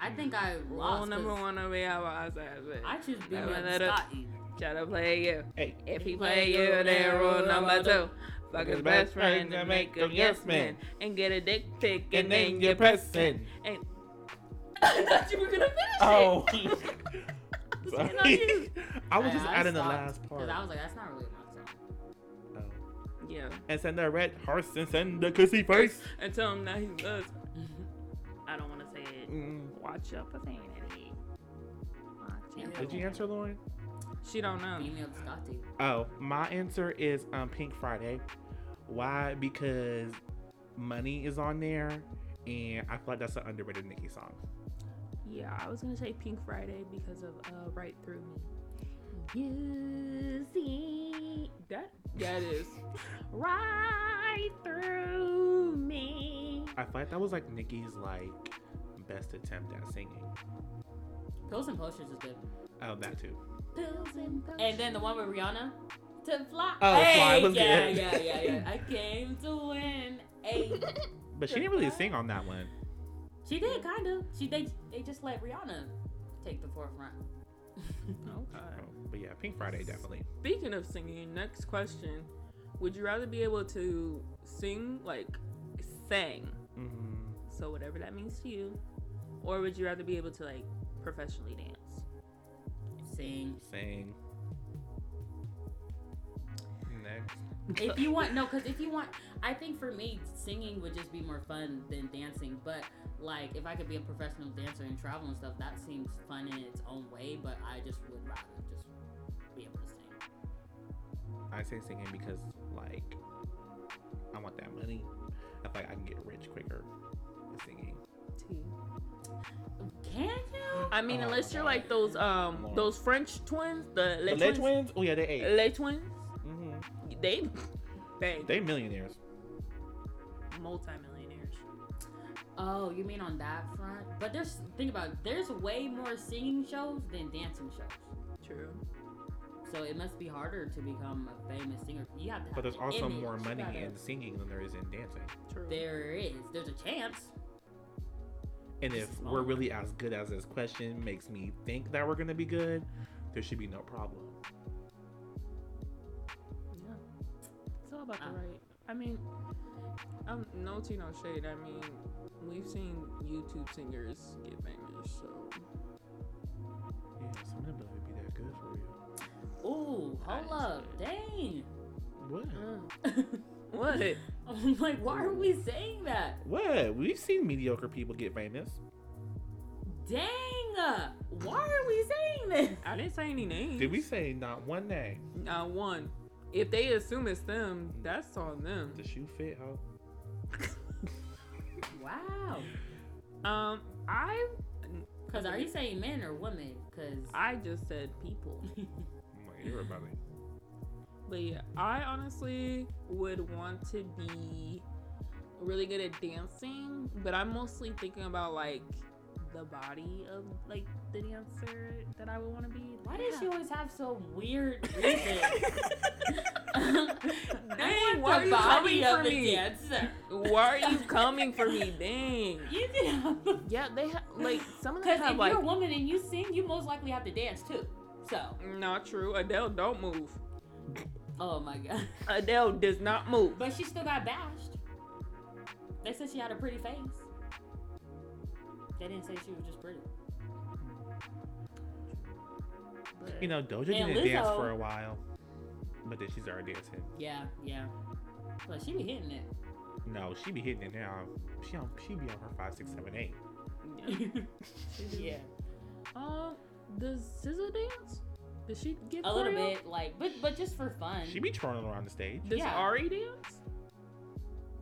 A: I think I
C: Rule
A: lost.
C: number
A: 'cause
C: one over here was that.
A: I choose Beam
C: No,
A: Me
C: no,
A: Up,
C: no.
A: Scotty.
C: Try to play you.
B: Hey,
C: If he play you, then rule number two. Fuck his best friend and make him yes man. And get a dick pic and then you press it. And I thought you were gonna finish
B: Oh.
C: it.
B: Sorry.
C: not you.
B: I was just
A: I
B: adding the
A: stopped,
B: last
A: 'cause
B: part.
A: I was like, that's not really my song.
B: Oh.
C: Yeah.
B: And send the red horse and send the kissy face.
C: And tell him that he loves. I don't want to say it.
B: Mm.
C: Watch your profanity. Watch your-
B: Did you answer, Lauren?
C: She don't know.
A: Beam Me Up, Scotty.
B: Oh, my answer is um Pink Friday. Why? Because money is on there, and I feel like that's an underrated Nicki song.
C: Yeah, I was gonna say Pink Friday because of uh, Right Through Me. You see that? Yeah, it is. right through me.
B: I feel like that was like Nicki's like best attempt at singing.
A: Pills and Potions is good.
B: Oh, that too.
C: Pills and
A: And then the one with Rihanna. To fly.
B: Oh, Fly was
A: yeah,
B: good.
A: yeah, yeah, yeah. I came to win. Hey.
B: But she didn't really sing on that one.
A: She did kind of. She they they just let Rihanna take the forefront.
B: Oh,
C: Okay.
B: but yeah, Pink Friday definitely.
C: Speaking of singing, next question: Would you rather be able to sing like sing,
B: Mm,
C: so whatever that means to you, or would you rather be able to like professionally dance?
A: Sing.
B: sing. Next.
A: If you want no, because if you want, I think for me singing would just be more fun than dancing. But like if I could be a professional dancer and travel and stuff, that seems fun in its own way. But I just would rather just be able to sing.
B: I say singing because like I want that money. I feel like I can get rich quicker with singing.
A: Can you?
C: I mean,
B: Oh,
C: unless you're
B: God.
C: like those um
B: Lord.
C: those French twins, the Le
B: the Lay
C: twins, Uh,
B: twins? Oh yeah, they ate.
C: Le twins,
B: hmm
C: they bang
B: They millionaires.
C: multimillionaires.
A: Oh, you mean on that front? But there's think about it, there's way more singing shows than dancing shows.
C: True.
A: So it must be harder to become a famous singer. You have to. Have
B: But there's
A: an
B: also
A: image.
B: more
A: You
B: money
A: gotta-
B: in singing than there is in dancing.
C: True.
A: There is. There's a chance.
B: And if
A: This is
B: we're
A: long.
B: really as good as this question makes me think that we're gonna be good, there should be no problem.
C: Yeah. It's all about the
A: Um,
C: right. I mean, um, no tea, no shade. I mean, we've seen YouTube singers get famous, so
B: Yeah, some of them would be that good for you.
A: Ooh,
C: That
A: hold
C: is
A: up.
C: good.
A: Dang.
B: What?
C: Uh. Mm. What?
A: I'm like, why are we saying that?
B: What? We've seen mediocre people get famous.
A: Dang! uh, Why are we saying this?
C: I didn't say any names.
B: Did we say not one name?
C: Not one. If they assume it's them, that's on them.
B: The shoe fit, ho.
A: Wow.
C: Um, I
A: Because are you saying men or women? Because
C: I just said people.
B: I'm like, everybody.
C: But yeah, I honestly would want to be really good at dancing, but I'm mostly thinking about like the body of like the dancer that I would want to be.
A: why does she always have so weird reasons? I
C: Dang, why
A: want
C: are
A: the body
C: you coming for
A: of the
C: me?
A: dancer.
C: Why are you coming for me? Dang.
A: You did have the
C: Yeah, they have like some of them
A: Because
C: have
A: if
C: like
A: you're a woman and you sing, you most likely have to dance too. So,
C: not true. Adele don't move.
A: oh my god.
C: Adele does not move.
A: But she still got bashed. They said she had a pretty face. They didn't say she was just pretty.
B: You know, Doja
A: And
B: didn't dance
A: Lizzo.
B: for a while, but then she's already dancing.
A: Yeah, yeah. But she be hitting
B: No, she be hitting it now. She on, she be on her five, six, seven, eight.
A: it. yeah.
C: Um, does SZA dance? Does she get
A: A little
C: choreo?
A: bit, like, but but just for fun.
B: She be twirling around the stage.
C: Does
A: Yeah.
C: Ari dance?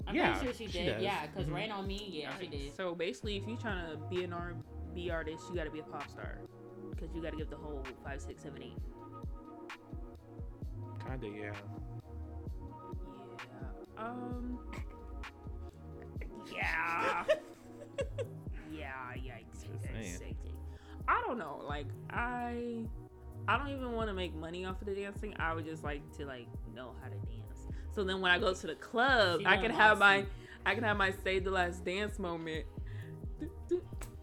A: I'm
B: yeah,
A: pretty sure she
B: she
A: did.
B: does.
A: yeah, because
C: Mm-hmm.
B: Mhm.
A: Rain on Me, yeah, she did.
C: So basically, if you're trying to be an R&B artist, you got to be a pop star because you got to give the whole five, six, seven, eight.
B: Kinda, yeah.
C: Yeah. Um. Yeah. yeah. Yikes.
B: saying.
C: Yikes. yikes. I don't know. Like I, I don't even want to make money off of the dancing. I would just like to like know how to dance. So then when I go to the club,
A: She
C: I
A: done
C: can have
A: lost
C: my,
A: me.
C: I can have my save the last dance moment.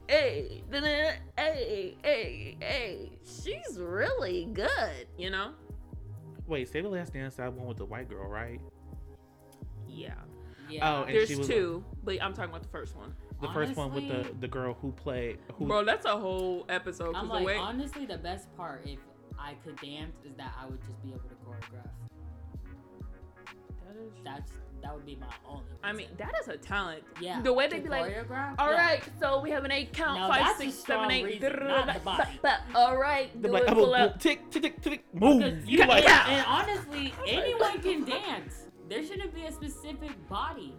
C: Hey, da-da, hey, hey, hey! She's really good, you know.
B: Wait, say the last dance that one with the white girl, right?
C: Yeah.
A: Yeah.
B: Oh, and
C: There's
B: she was-
C: two, but I'm talking about the first one.
B: The first one with the
A: Honestly-
B: the girl who played who
C: Bro, that's a whole episode.
A: I'm
C: Cause
A: like,
C: the way
A: honestly, the best part, if I could dance, is that I would just be able to choreograph. That's that would be my only. Reason.
C: I mean, that is a talent.
A: yeah.
C: The way they
A: to
C: be like,
A: choreograph,
C: all
A: yeah.
C: right, so we have an eight count,
A: Now
C: five,
A: that's a
C: six,
A: strong
C: seven, eight.
A: reason, not the body.
C: But all right,
B: the
C: do
B: black
C: it,
B: oh,
C: pull up.
B: tick tick tick tick move.
A: Because-
B: You like
C: yeah.
A: And honestly,
C: like-
A: anyone can dance. There shouldn't be a specific body.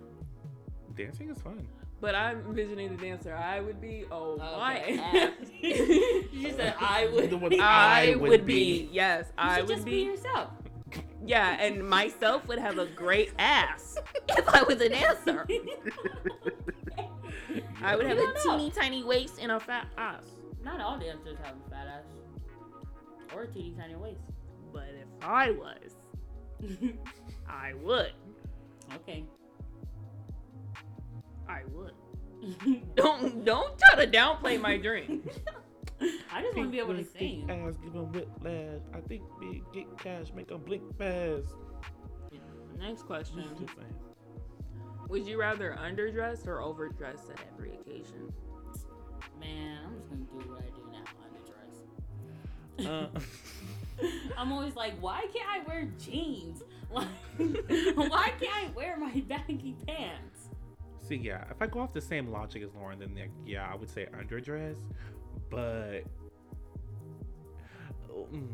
B: dancing is fun.
C: But I'm envisioning the dancer. I would be, oh
A: Okay.
C: my.
A: she said, "I would."
B: The one-
A: be. You
C: I would be. Yes, I
A: should
C: would
A: just
C: be.
A: be. yourself.
C: Yeah, and myself would have a great ass if I was a dancer. I would have
A: You
C: a
A: don't know.
C: teeny tiny waist and a fat ass.
A: Not all dancers have a fat ass or a teeny tiny waist.
C: But if I was, I would.
A: okay.
C: I would. Don't don't try to downplay my dream.
A: I just want to be able to sing.
B: Ass, give 'em whiplash. I think big get cash, make 'em blink fast.
C: Next question:
B: Just saying.
C: Would you rather underdress or overdress at every occasion?
A: Man, I'm just gonna do what I do now. Underdress.
B: Uh,
A: I'm always like, why can't I wear jeans? Like, why can't I wear my baggy pants?
B: see, yeah, if I go off the same logic as Lauren, then like, yeah, I would say underdress, but mm,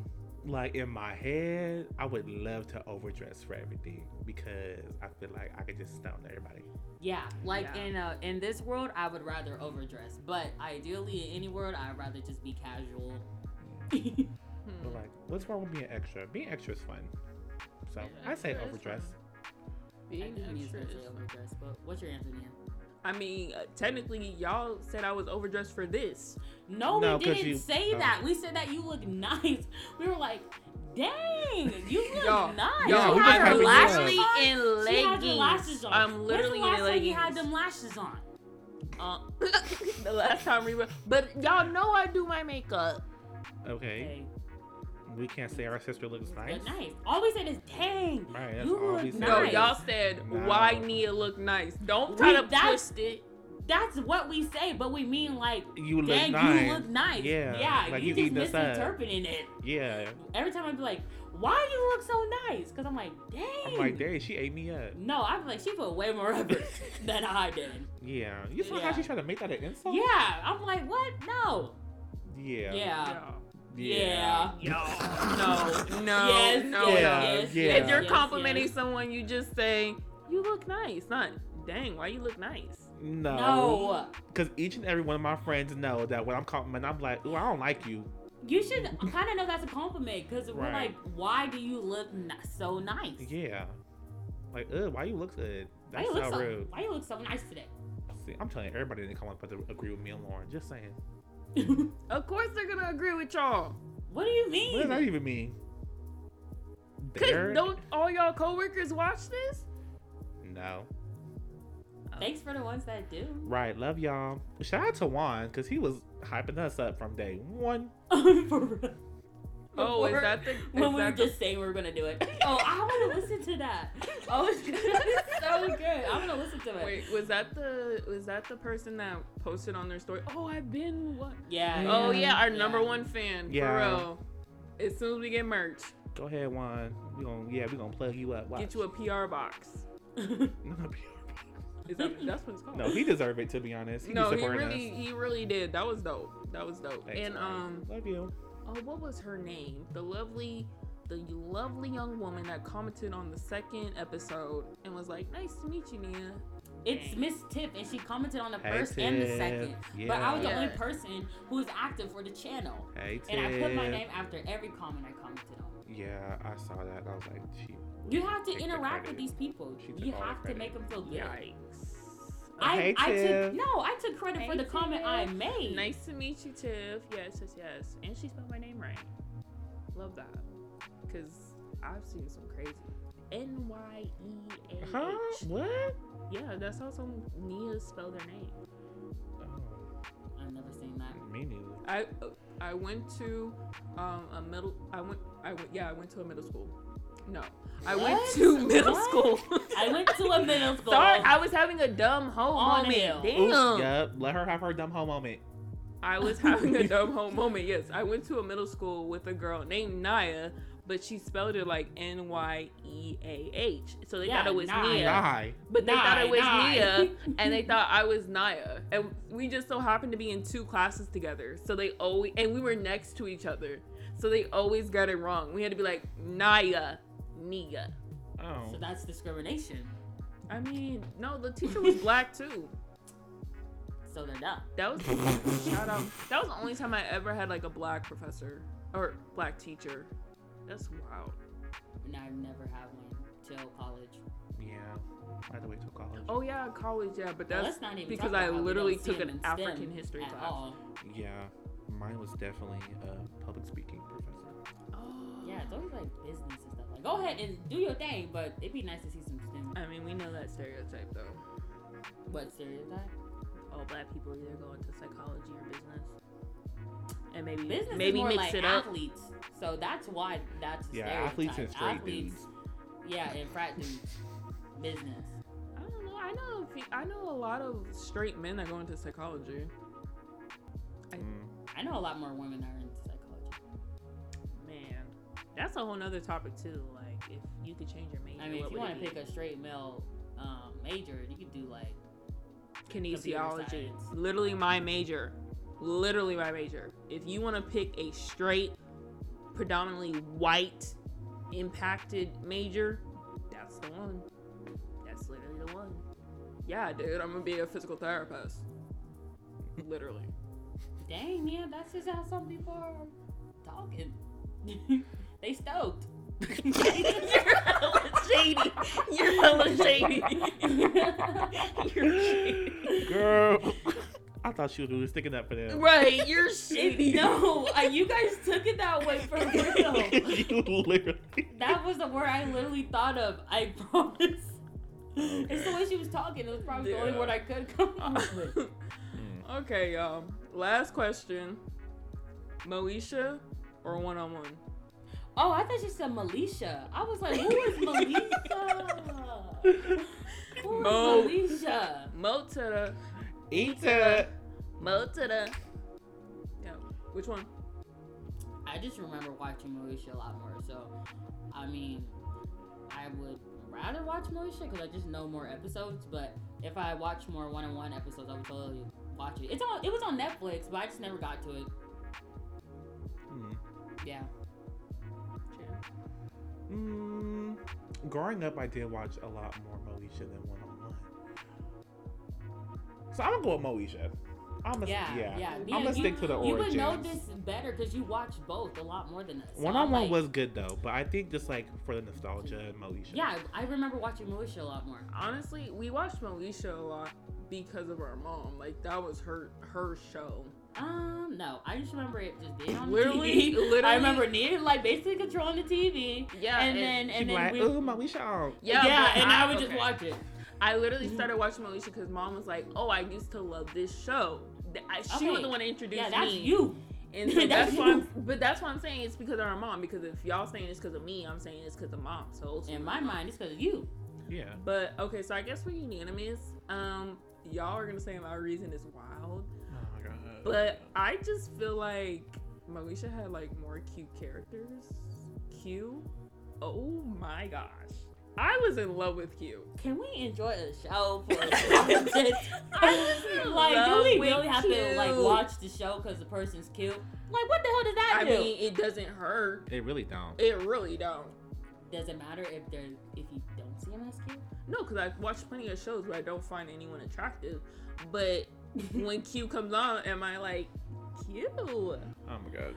B: like in my head, I would love to overdress for everything because I feel like I could just stone everybody.
A: Yeah, like
C: Yeah.
A: in uh, in this world, I would rather overdress, but ideally in any world, I'd rather just be casual.
C: Hmm.
B: But like, what's wrong with being extra? Being extra is fun. So
C: Being
B: I say
C: extra is
B: overdress.
C: fun.
A: I think he's gonna say overdress, but what's your answer, Nia?
C: I mean, uh, technically, y'all said I was overdressed for this.
A: No,
B: No,
A: we
B: 'cause
A: didn't
B: you-
A: say
B: no.
A: that. We said that you look nice. We were like, dang, you look
C: Y'all-
A: nice.
B: y'all,
A: you
B: we
A: had
B: been
A: her
B: hyping you up.
A: lashes
B: Literally
A: on.
C: in
A: She had your lashes
C: leggings.
A: on.
C: I'm literally
A: When's
C: in
A: the last time you
C: leggings.
A: had them lashes on?
C: Uh, the last time we were, but y'all know I do my makeup.
B: Okay,
A: Okay,
B: we can't say our sister looks nice.
A: Look nice. All we said is, dang.
B: Right, that's
A: You
B: all
A: look
B: we said.
A: Nice.
C: No, y'all said
B: No.
C: why Nia look nice. Don't try
A: We-
C: to
A: that's-
C: twist it.
A: That's what we say, but we mean like,
B: You look
A: dang,
B: nice.
A: you look nice.
B: Yeah,
A: yeah.
B: like
A: you,
B: you
A: just
B: eating the side.
A: misinterpreting it.
B: Yeah.
A: Every time I'd be like, why you look so nice? Because I'm like, dang.
B: I'm like, dang, she ate me up.
A: no, I'd be like, she put way more effort than I did.
B: Yeah. You saw how
A: Yeah.
B: she tried to make that an insult?
A: Yeah, I'm like, what? No.
B: Yeah.
A: Yeah.
B: Yeah.
C: Yo. No. No.
A: yes, yes,
C: No.
B: Yeah,
C: no.
A: yes,
B: yeah.
A: yes,
C: If you're
A: yes,
C: complimenting
A: yes.
C: someone, you just say, "You look nice." Not, "Dang, why you look nice?"
B: No.
A: no,
B: Because each and every one of my friends know that when I'm complimenting, I'm like, ooh, I don't like you.
A: you should kind of know that's a compliment because we're like,
B: Right.
A: why do you look n- so nice?
B: Yeah. Like, ugh, why you look good?
A: Why
B: That's
A: you, look
B: so
A: so,
B: rude.
A: why you look so nice today?
B: See, I'm telling everybody in the comments about to agree with me and Lauren. Just saying.
C: Of course, they're gonna agree with y'all.
A: what do you mean?
B: What does that even mean?
C: Cause
B: Derek?
C: don't all y'all coworkers watch this?
B: No.
A: Thanks for the ones that do.
B: Right. Love y'all. Shout out to Juan because he was hyping us up from day one.
A: For real.
C: Oh, is
A: Before-
C: that the? Is
A: when we were
C: that the-
A: just saying we were gonna do it? Oh, I want to listen to that. Oh, it's it's so good. I'm gonna listen to it.
C: Wait, was that the was that the person that posted on their story? Oh, I've been what?
A: Yeah.
C: Oh yeah, our number
A: yeah.
C: one fan. For
B: Yeah.
C: real. As soon as we get merch,
B: Go ahead, Juan. We gonna yeah, we gonna plug you up. Watch.
C: get you a PR box.
B: No, no, PR.
C: Is that that's what it's called?
B: No, he deserved it to be honest. He
C: No,
B: was
C: he
B: supporting
C: really
B: us.
C: he really did. That was dope. That was dope.
B: Thanks,
C: and
B: Juan.
C: um,
B: love you.
C: oh, what was her name? The lovely, the lovely young woman that commented on the second episode and was like, "Nice to meet you, Nia."
A: It's Miss Tip, and she commented on the
B: Hey,
A: first and the
B: Tiff.
A: second. But I was the
C: Yeah.
A: only person who was active for the channel.
B: Hey,
A: And I put my
B: Tiff.
A: name after every comment I commented on.
B: Yeah, I saw that. I was like, she.
A: You have to
B: Take the
A: interact
B: credit.
A: with these people.
B: She took
A: You
B: all the
A: have to
B: credit.
A: make them feel good.
C: Yikes.
A: I,
B: Hey,
A: I
B: Tiff.
A: took no, I took credit
C: Hey,
A: for the comment I
C: Tiff.
A: made.
C: Nice to meet you, Tiff. Yes, yes, yes. And she spelled my name right. Love that. Cause I've seen some crazy. N Y E A H.
B: Huh? What?
C: Yeah, that's how some Nia spelled her name.
B: Oh,
A: I've never seen that.
B: me neither.
C: I I went to um, a middle. I went. I went. Yeah, I went to a middle school. No, I went
A: What?
C: to middle
A: What?
C: school.
A: I went to a middle school.
C: Sorry, I was having a dumb hoe
A: On
C: moment.
A: him.
C: Damn.
B: Oops, yep. Let her have her dumb home moment.
C: I was having a dumb home moment. Yes, I went to a middle school with a girl named Naya, but she spelled it like N Y E A H. So they
A: Yeah,
C: thought it was
A: Naya.
C: Nia,
B: Die.
C: but they thought it was
A: Naya,
C: Nia,
A: Naya.
C: and they thought I was Naya, and we just so happened to be in two classes together. So they always and we were next to each other, so they always got it wrong. We had to be like Naya, Nia.
B: Oh.
A: so that's discrimination.
C: I mean, no, the teacher was black too.
A: So they're not.
C: That was shout out. That was the only time I ever had like a black professor or black teacher. That's wild.
A: And I've never had one till college.
B: yeah. I had to wait till college.
C: Oh yeah, college. Yeah, but
A: Well,
C: that's
A: let's not even
C: because
A: talk about
C: I
A: how we don't
C: literally
A: see
C: took
A: them
C: an
A: in STEM
C: African history
A: at
C: class.
A: all.
B: Yeah. Mine was definitely a public speaking professor.
C: Oh.
A: Yeah, it's always like business and stuff. Like, go ahead and do your thing, but it'd be nice to see some STEM.
C: I mean, we know that stereotype though.
A: What stereotype?
C: All black people either go into psychology or business, and maybe
A: Business is
C: maybe
A: more
C: mix
A: like
C: it up.
A: athletes, so that's why that's a
B: Yeah,
A: stereotype.
B: athletes and straight
A: Athletes,
B: dudes.
A: Yeah, and frat dudes. Business.
C: I don't know. I know. a few- I know a lot of straight men that go into psychology.
B: Mm.
A: I know a lot more women that are into psychology.
C: Man, that's a whole nother topic too. Like, if you could change your major,
A: I mean,
C: what
A: if you
C: would it
A: want to
C: be?
A: pick a straight male um, major, you could do like Computer
C: kinesiology.
A: science.
C: Literally my major. Literally my major. If you want to pick a straight, predominantly white, impacted major, that's the one. That's literally the one. Yeah, dude, I'm gonna be a physical therapist. literally.
A: Dang, yeah, that's just how some people are talking. they stoked. You're hella shady. You're hella shady. You're shady.
B: Girl. I thought she was really sticking up for them.
C: Right, you're
A: It- no, uh, you guys took it that way for real.
B: you literally.
A: That was the word I literally thought of. I promise. It's the
B: Okay.
A: way she was talking. It was probably the
C: Yeah.
A: only word I could come up with.
B: Mm.
C: okay, y'all. Last question. Moesha or one on one?
A: Oh, I thought she said Melisha. I was like, who is Melisha? Who is
C: Mo.
A: Melisha?
C: Mo to the
B: Ita.
C: Mo to the. Yeah. Which one?
A: I just remember watching Moesha a lot more. So, I mean, I would rather watch Moesha because I just know more episodes. But if I watch more one-on-one episodes, I would totally watch it. It's on. It was on Netflix, but I just never got to it.
B: Hmm.
A: Yeah.
B: Mm, growing up, I did watch a lot more Moesha than One on One. So I'm gonna go with Moesha. I'm gonna,
A: Yeah, yeah. You-
B: I'm gonna
A: you-
B: stick to the
A: You
B: origins.
A: would know this better because you watch both a lot more than us. So
B: One on
A: I'm
B: One
A: like-
B: was good though, but I think just like for the nostalgia, Moesha.
A: Yeah, I remember watching Moesha a lot more.
C: Honestly, we watched Moesha a lot because of our mom. Like that was her her show.
A: Um, no, I just remember it just being on
C: Literally-
A: the TV.
C: literally-
A: I remember Nia like basically controlling the TV.
C: Yeah,
A: and,
C: and
A: then
B: She'd
A: and
B: be
A: then
B: like,
A: we,
B: ooh, Moesha. on."
A: yeah,
C: but
A: and I, would
C: okay.
A: just watch it.
C: I literally
A: Mhm.
C: started watching Moesha because mom was like, "Oh, I used to love this show." Th- I, she was
A: Okay.
C: the one that introduced
A: Yeah, that's
C: me.
A: you.
C: And so that's,
A: That's
C: why. I'm,
A: you.
C: but that's why I'm saying it's because of our mom. Because if y'all saying it's because of me, I'm saying it's because of mom. So ultimately
A: In my mind, it's because of you.
B: Yeah.
C: But okay, so I guess we're unanimous. Um, y'all are gonna say my reason is wild,
B: Oh my god.
C: but I just feel like Moesha had like more cute characters. Q, oh my gosh, I was in love with Q.
A: Can we enjoy a show for a minute?
C: I was in
A: Like, do
C: love
A: we
C: with
A: really have to like
C: Q.
A: watch the show because the person's cute? Like, what the hell does that
C: I
A: do?
C: mean, it doesn't hurt.
B: they really don't.
C: It really don't.
A: does it matter if they're if you don't see him as cute?
C: No, because I've watched plenty of shows where I don't find anyone attractive, but when Q comes on, am I like Q?
B: Oh my god.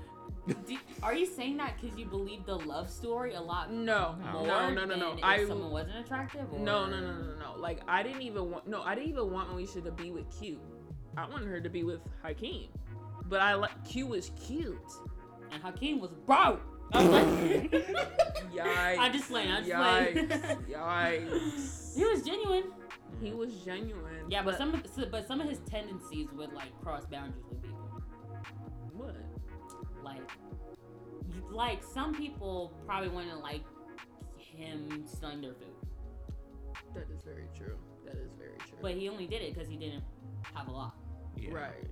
A: Do, are you saying that because you believe the love story a lot
C: No,
A: more?
B: No,
C: no, no, no,
A: than
C: no.
A: If
C: I
A: someone wasn't attractive. Or...
C: No, no, no, no, no, no. Like I didn't even want. No, I didn't even want Moesha to be with Q. I wanted her to be with Hakeem. But I like Q was cute.
A: And Hakeem was broke. I was like,
C: Yikes.
A: I just playing, I just playing.
C: Yikes. Yikes.
A: he was genuine.
B: Mm-hmm.
C: He was genuine.
A: Yeah, but some of- so- but some of his tendencies would like cross boundaries with people.
C: What?
A: Like, you- like some people probably wouldn't like him stealing their food,
C: That is very true. That is very true.
A: but he only did it because he didn't have a lot.
B: Yeah.
C: Right.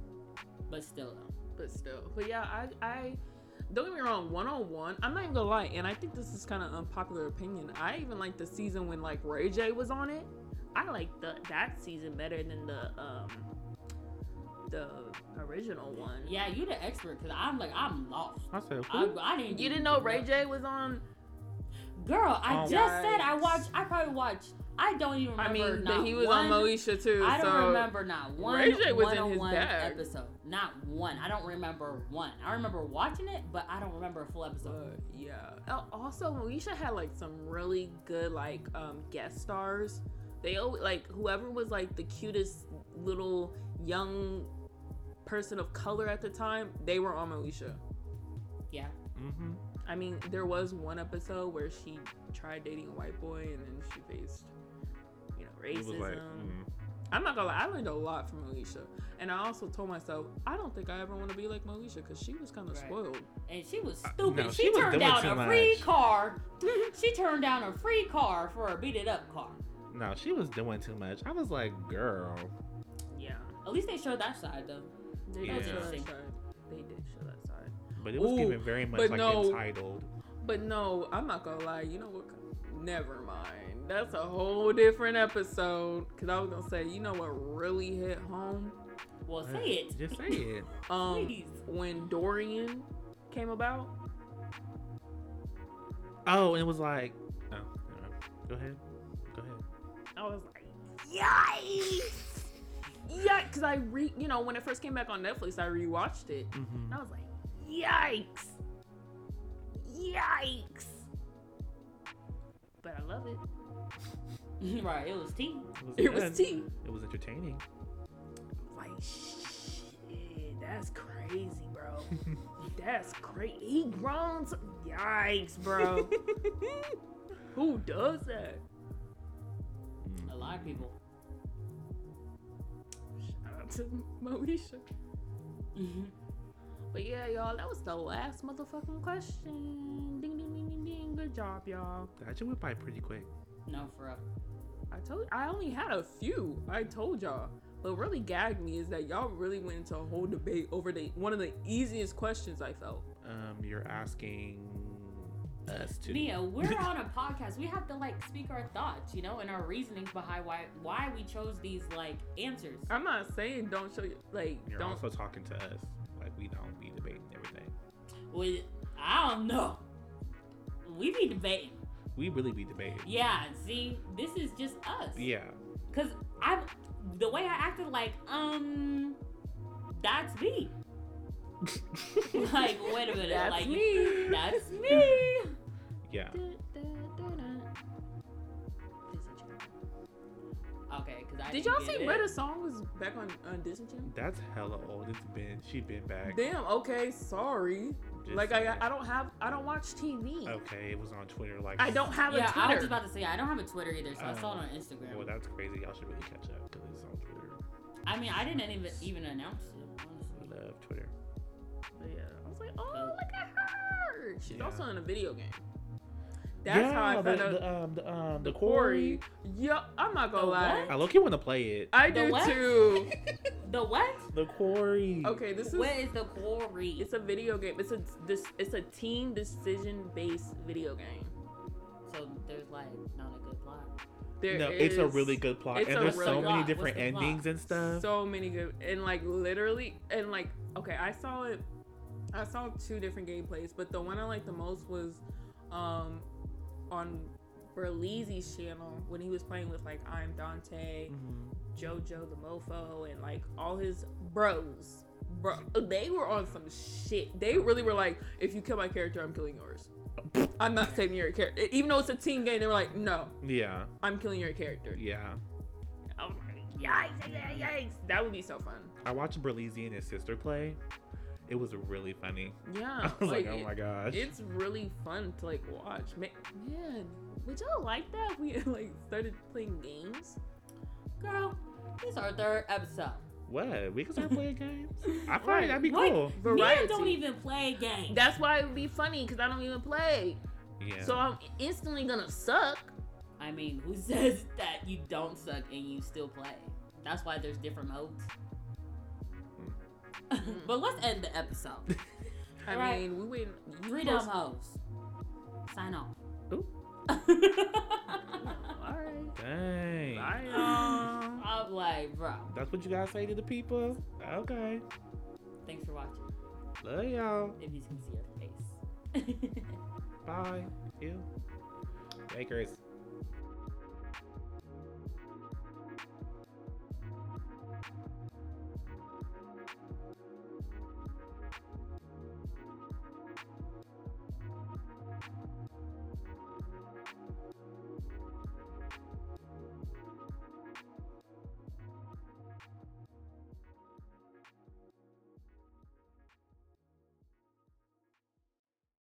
A: But still, though.
C: but still. But yeah, I, I don't get me wrong, one on one, I'm not even gonna lie, and I think this is kind of unpopular opinion. I even like the season when like Ray J was on it. I like the that season better than the um the original one.
A: yeah, you the expert because I'm like I'm lost.
B: I said,
A: I,
B: who?
A: I didn't.
C: You didn't know Ray J was on.
A: Girl, I
B: Oh.
A: just said I watched. I probably watched. I don't even
C: I
A: remember.
C: mean,
A: not
C: that he was
A: one,
C: on Moesha too.
A: I don't
C: so
A: remember not one
C: Ray J was in his
A: one-on-one
C: bag.
A: episode. Not one. I don't remember one. I remember watching it, but I don't remember a full episode.
B: Oh.
C: But yeah. Al- Also, Moesha had like some really good like um guest stars. They always like whoever was like the cutest little young person of color at the time, they were on Moesha.
A: Yeah.
B: Mm-hmm.
C: I mean, there was one episode where she tried dating a white boy and then she faced, you know,
B: It was
C: racism.
B: like, mm.
C: I'm not gonna lie, I learned a lot from Moesha. And I also told myself, I don't think I ever want to be like Moesha because she was kind of
A: Right.
C: spoiled.
A: And she was stupid.
B: Uh, no,
A: she,
B: she was
A: turned
B: doing
A: down
B: too
A: a free
B: much.
A: car. she turned down a free car for a beat it up car.
B: mm. no, she was doing too much. I was like, girl.
C: Yeah.
A: At least they showed that side though.
C: They did
B: Yeah.
C: show that side. They did show that side.
B: But it was
C: Ooh,
B: given very much
C: but
B: like
C: no.
B: entitled.
C: But no, I'm not gonna lie. You know what? Never mind. That's a whole different episode. Cause I was gonna say, you know what really hit home?
A: Well, say it.
B: Just say it.
C: Um,
A: Please.
C: when Dorian came about.
B: Oh, and it was like, oh, never mind. go ahead, go ahead.
C: I was like, yikes! Yeah, because I re, you know, when it first came back on Netflix, I rewatched it. And I was like, yikes! Yikes! But I love it.
A: right. It was tea.
C: It was
B: good.
C: tea.
B: It was entertaining.
C: Like, shit, that's crazy, bro. That's crazy. He grown. To- Yikes, bro. Who does that?
A: A lot of people.
C: Shout out to Moesha. But yeah, y'all, that was the last motherfucking question. Ding, ding, ding, ding, ding. Good job, y'all.
B: That shit went by pretty quick.
A: no, for real.
C: I told. I only had a few. I told y'all. What really gagged me is that y'all really went into a whole debate over the one of the easiest questions I felt.
B: Um, you're asking us to.
A: Mia, we're on a podcast. We have to like speak our thoughts, you know, and our reasonings behind why why we chose these like answers.
C: I'm not saying don't show your like
B: You're
C: don't
B: also talking to us. Like we don't be debating everything.
A: Well, I don't know. We be debating.
B: We really be debating.
A: Yeah, see, this is just us.
B: Yeah.
A: Cause I, the way I acted, like, um, that's me. like, wait a minute,
C: That's
A: like,
C: me.
A: that's me.
B: Yeah.
A: Okay, cause I
C: Did
A: didn't
C: y'all
A: get
C: see
A: it.
C: Retta's song was back on, on Disney Channel?
B: That's hella old. It's been. She been back.
C: Damn. Okay. Sorry.
B: Just
C: like I,
B: saying.
C: I don't have I don't watch TV.
B: Okay, it was on Twitter. Like
C: I don't have
A: Yeah,
C: a
A: I was just
C: Twitter.
A: about to say I don't have a Twitter either, so I saw it
B: Oh.
A: on Instagram.
B: Well, that's crazy. Y'all should really catch up because it's on Twitter.
A: I mean, I didn't even even announce it.
B: I
A: Honestly.
B: love Twitter.
C: But yeah, I was like, oh, look at her. She's
B: Yeah.
C: also in a video game. That's how I found
B: the,
C: out
B: the um the um the,
C: Corey.
B: Corey.
C: Yo, I'm not gonna
A: The
C: lie.
A: what?
B: I look. You want to play it.
C: I
A: The
C: do
A: what?
C: too.
A: The what?
B: The Corey.
C: Okay, this is
A: What is the quarry?
C: it's a video game. It's a this it's a team decision based video game.
A: so there's like not a good plot.
C: There
B: no, it's a
C: is
B: really good plot,
C: it's
B: and
C: a
B: there's
C: really
B: so
C: good
B: many
A: plot. What's
B: different
A: the plot?
B: endings and stuff.
C: So many good and like literally and like okay, I saw it. I saw two different gameplays, but the one I liked the most was um on Berlizzi's channel when he was playing with like I'm Dante,
B: Mhm.
C: JoJo the Mofo, and like all his bros. Bro, they were on some shit. They really were like, if you kill my character, I'm killing yours. I'm not taking your character, even though it's a team game. They were like, no,
B: Yeah,
C: I'm killing your character.
B: yeah.
C: Oh my yikes, yikes, yikes! That would be so fun.
B: I watched Berlizzi and his sister play. It was really funny. I
C: Yeah.
B: was like,
C: it-
B: oh my gosh.
C: It's really fun to like watch. Ma- Man, would y'all like that if we like started playing games?
A: Girl, this is our third episode.
B: What? We can start playing games. I thought
C: Right.
B: that'd be
A: What?
B: cool.
A: Men
C: Variety.
A: don't even play games.
C: That's why it would be funny because I don't even play.
B: Yeah.
C: So I'm instantly gonna suck.
A: I mean, who says that you don't suck and you still play? That's why there's different modes. but let's end the episode.
C: I
A: Right.
C: mean, we win.
A: Three dumb hoes. Sign off.
B: Ooh.
C: All right.
B: Dang.
C: Bye, y'all.
A: I'm like, bro,
B: That's what you guys say to the people. Okay.
A: thanks for watching.
B: Love y'all.
A: If you can see her face.
B: Bye. You. Bakers.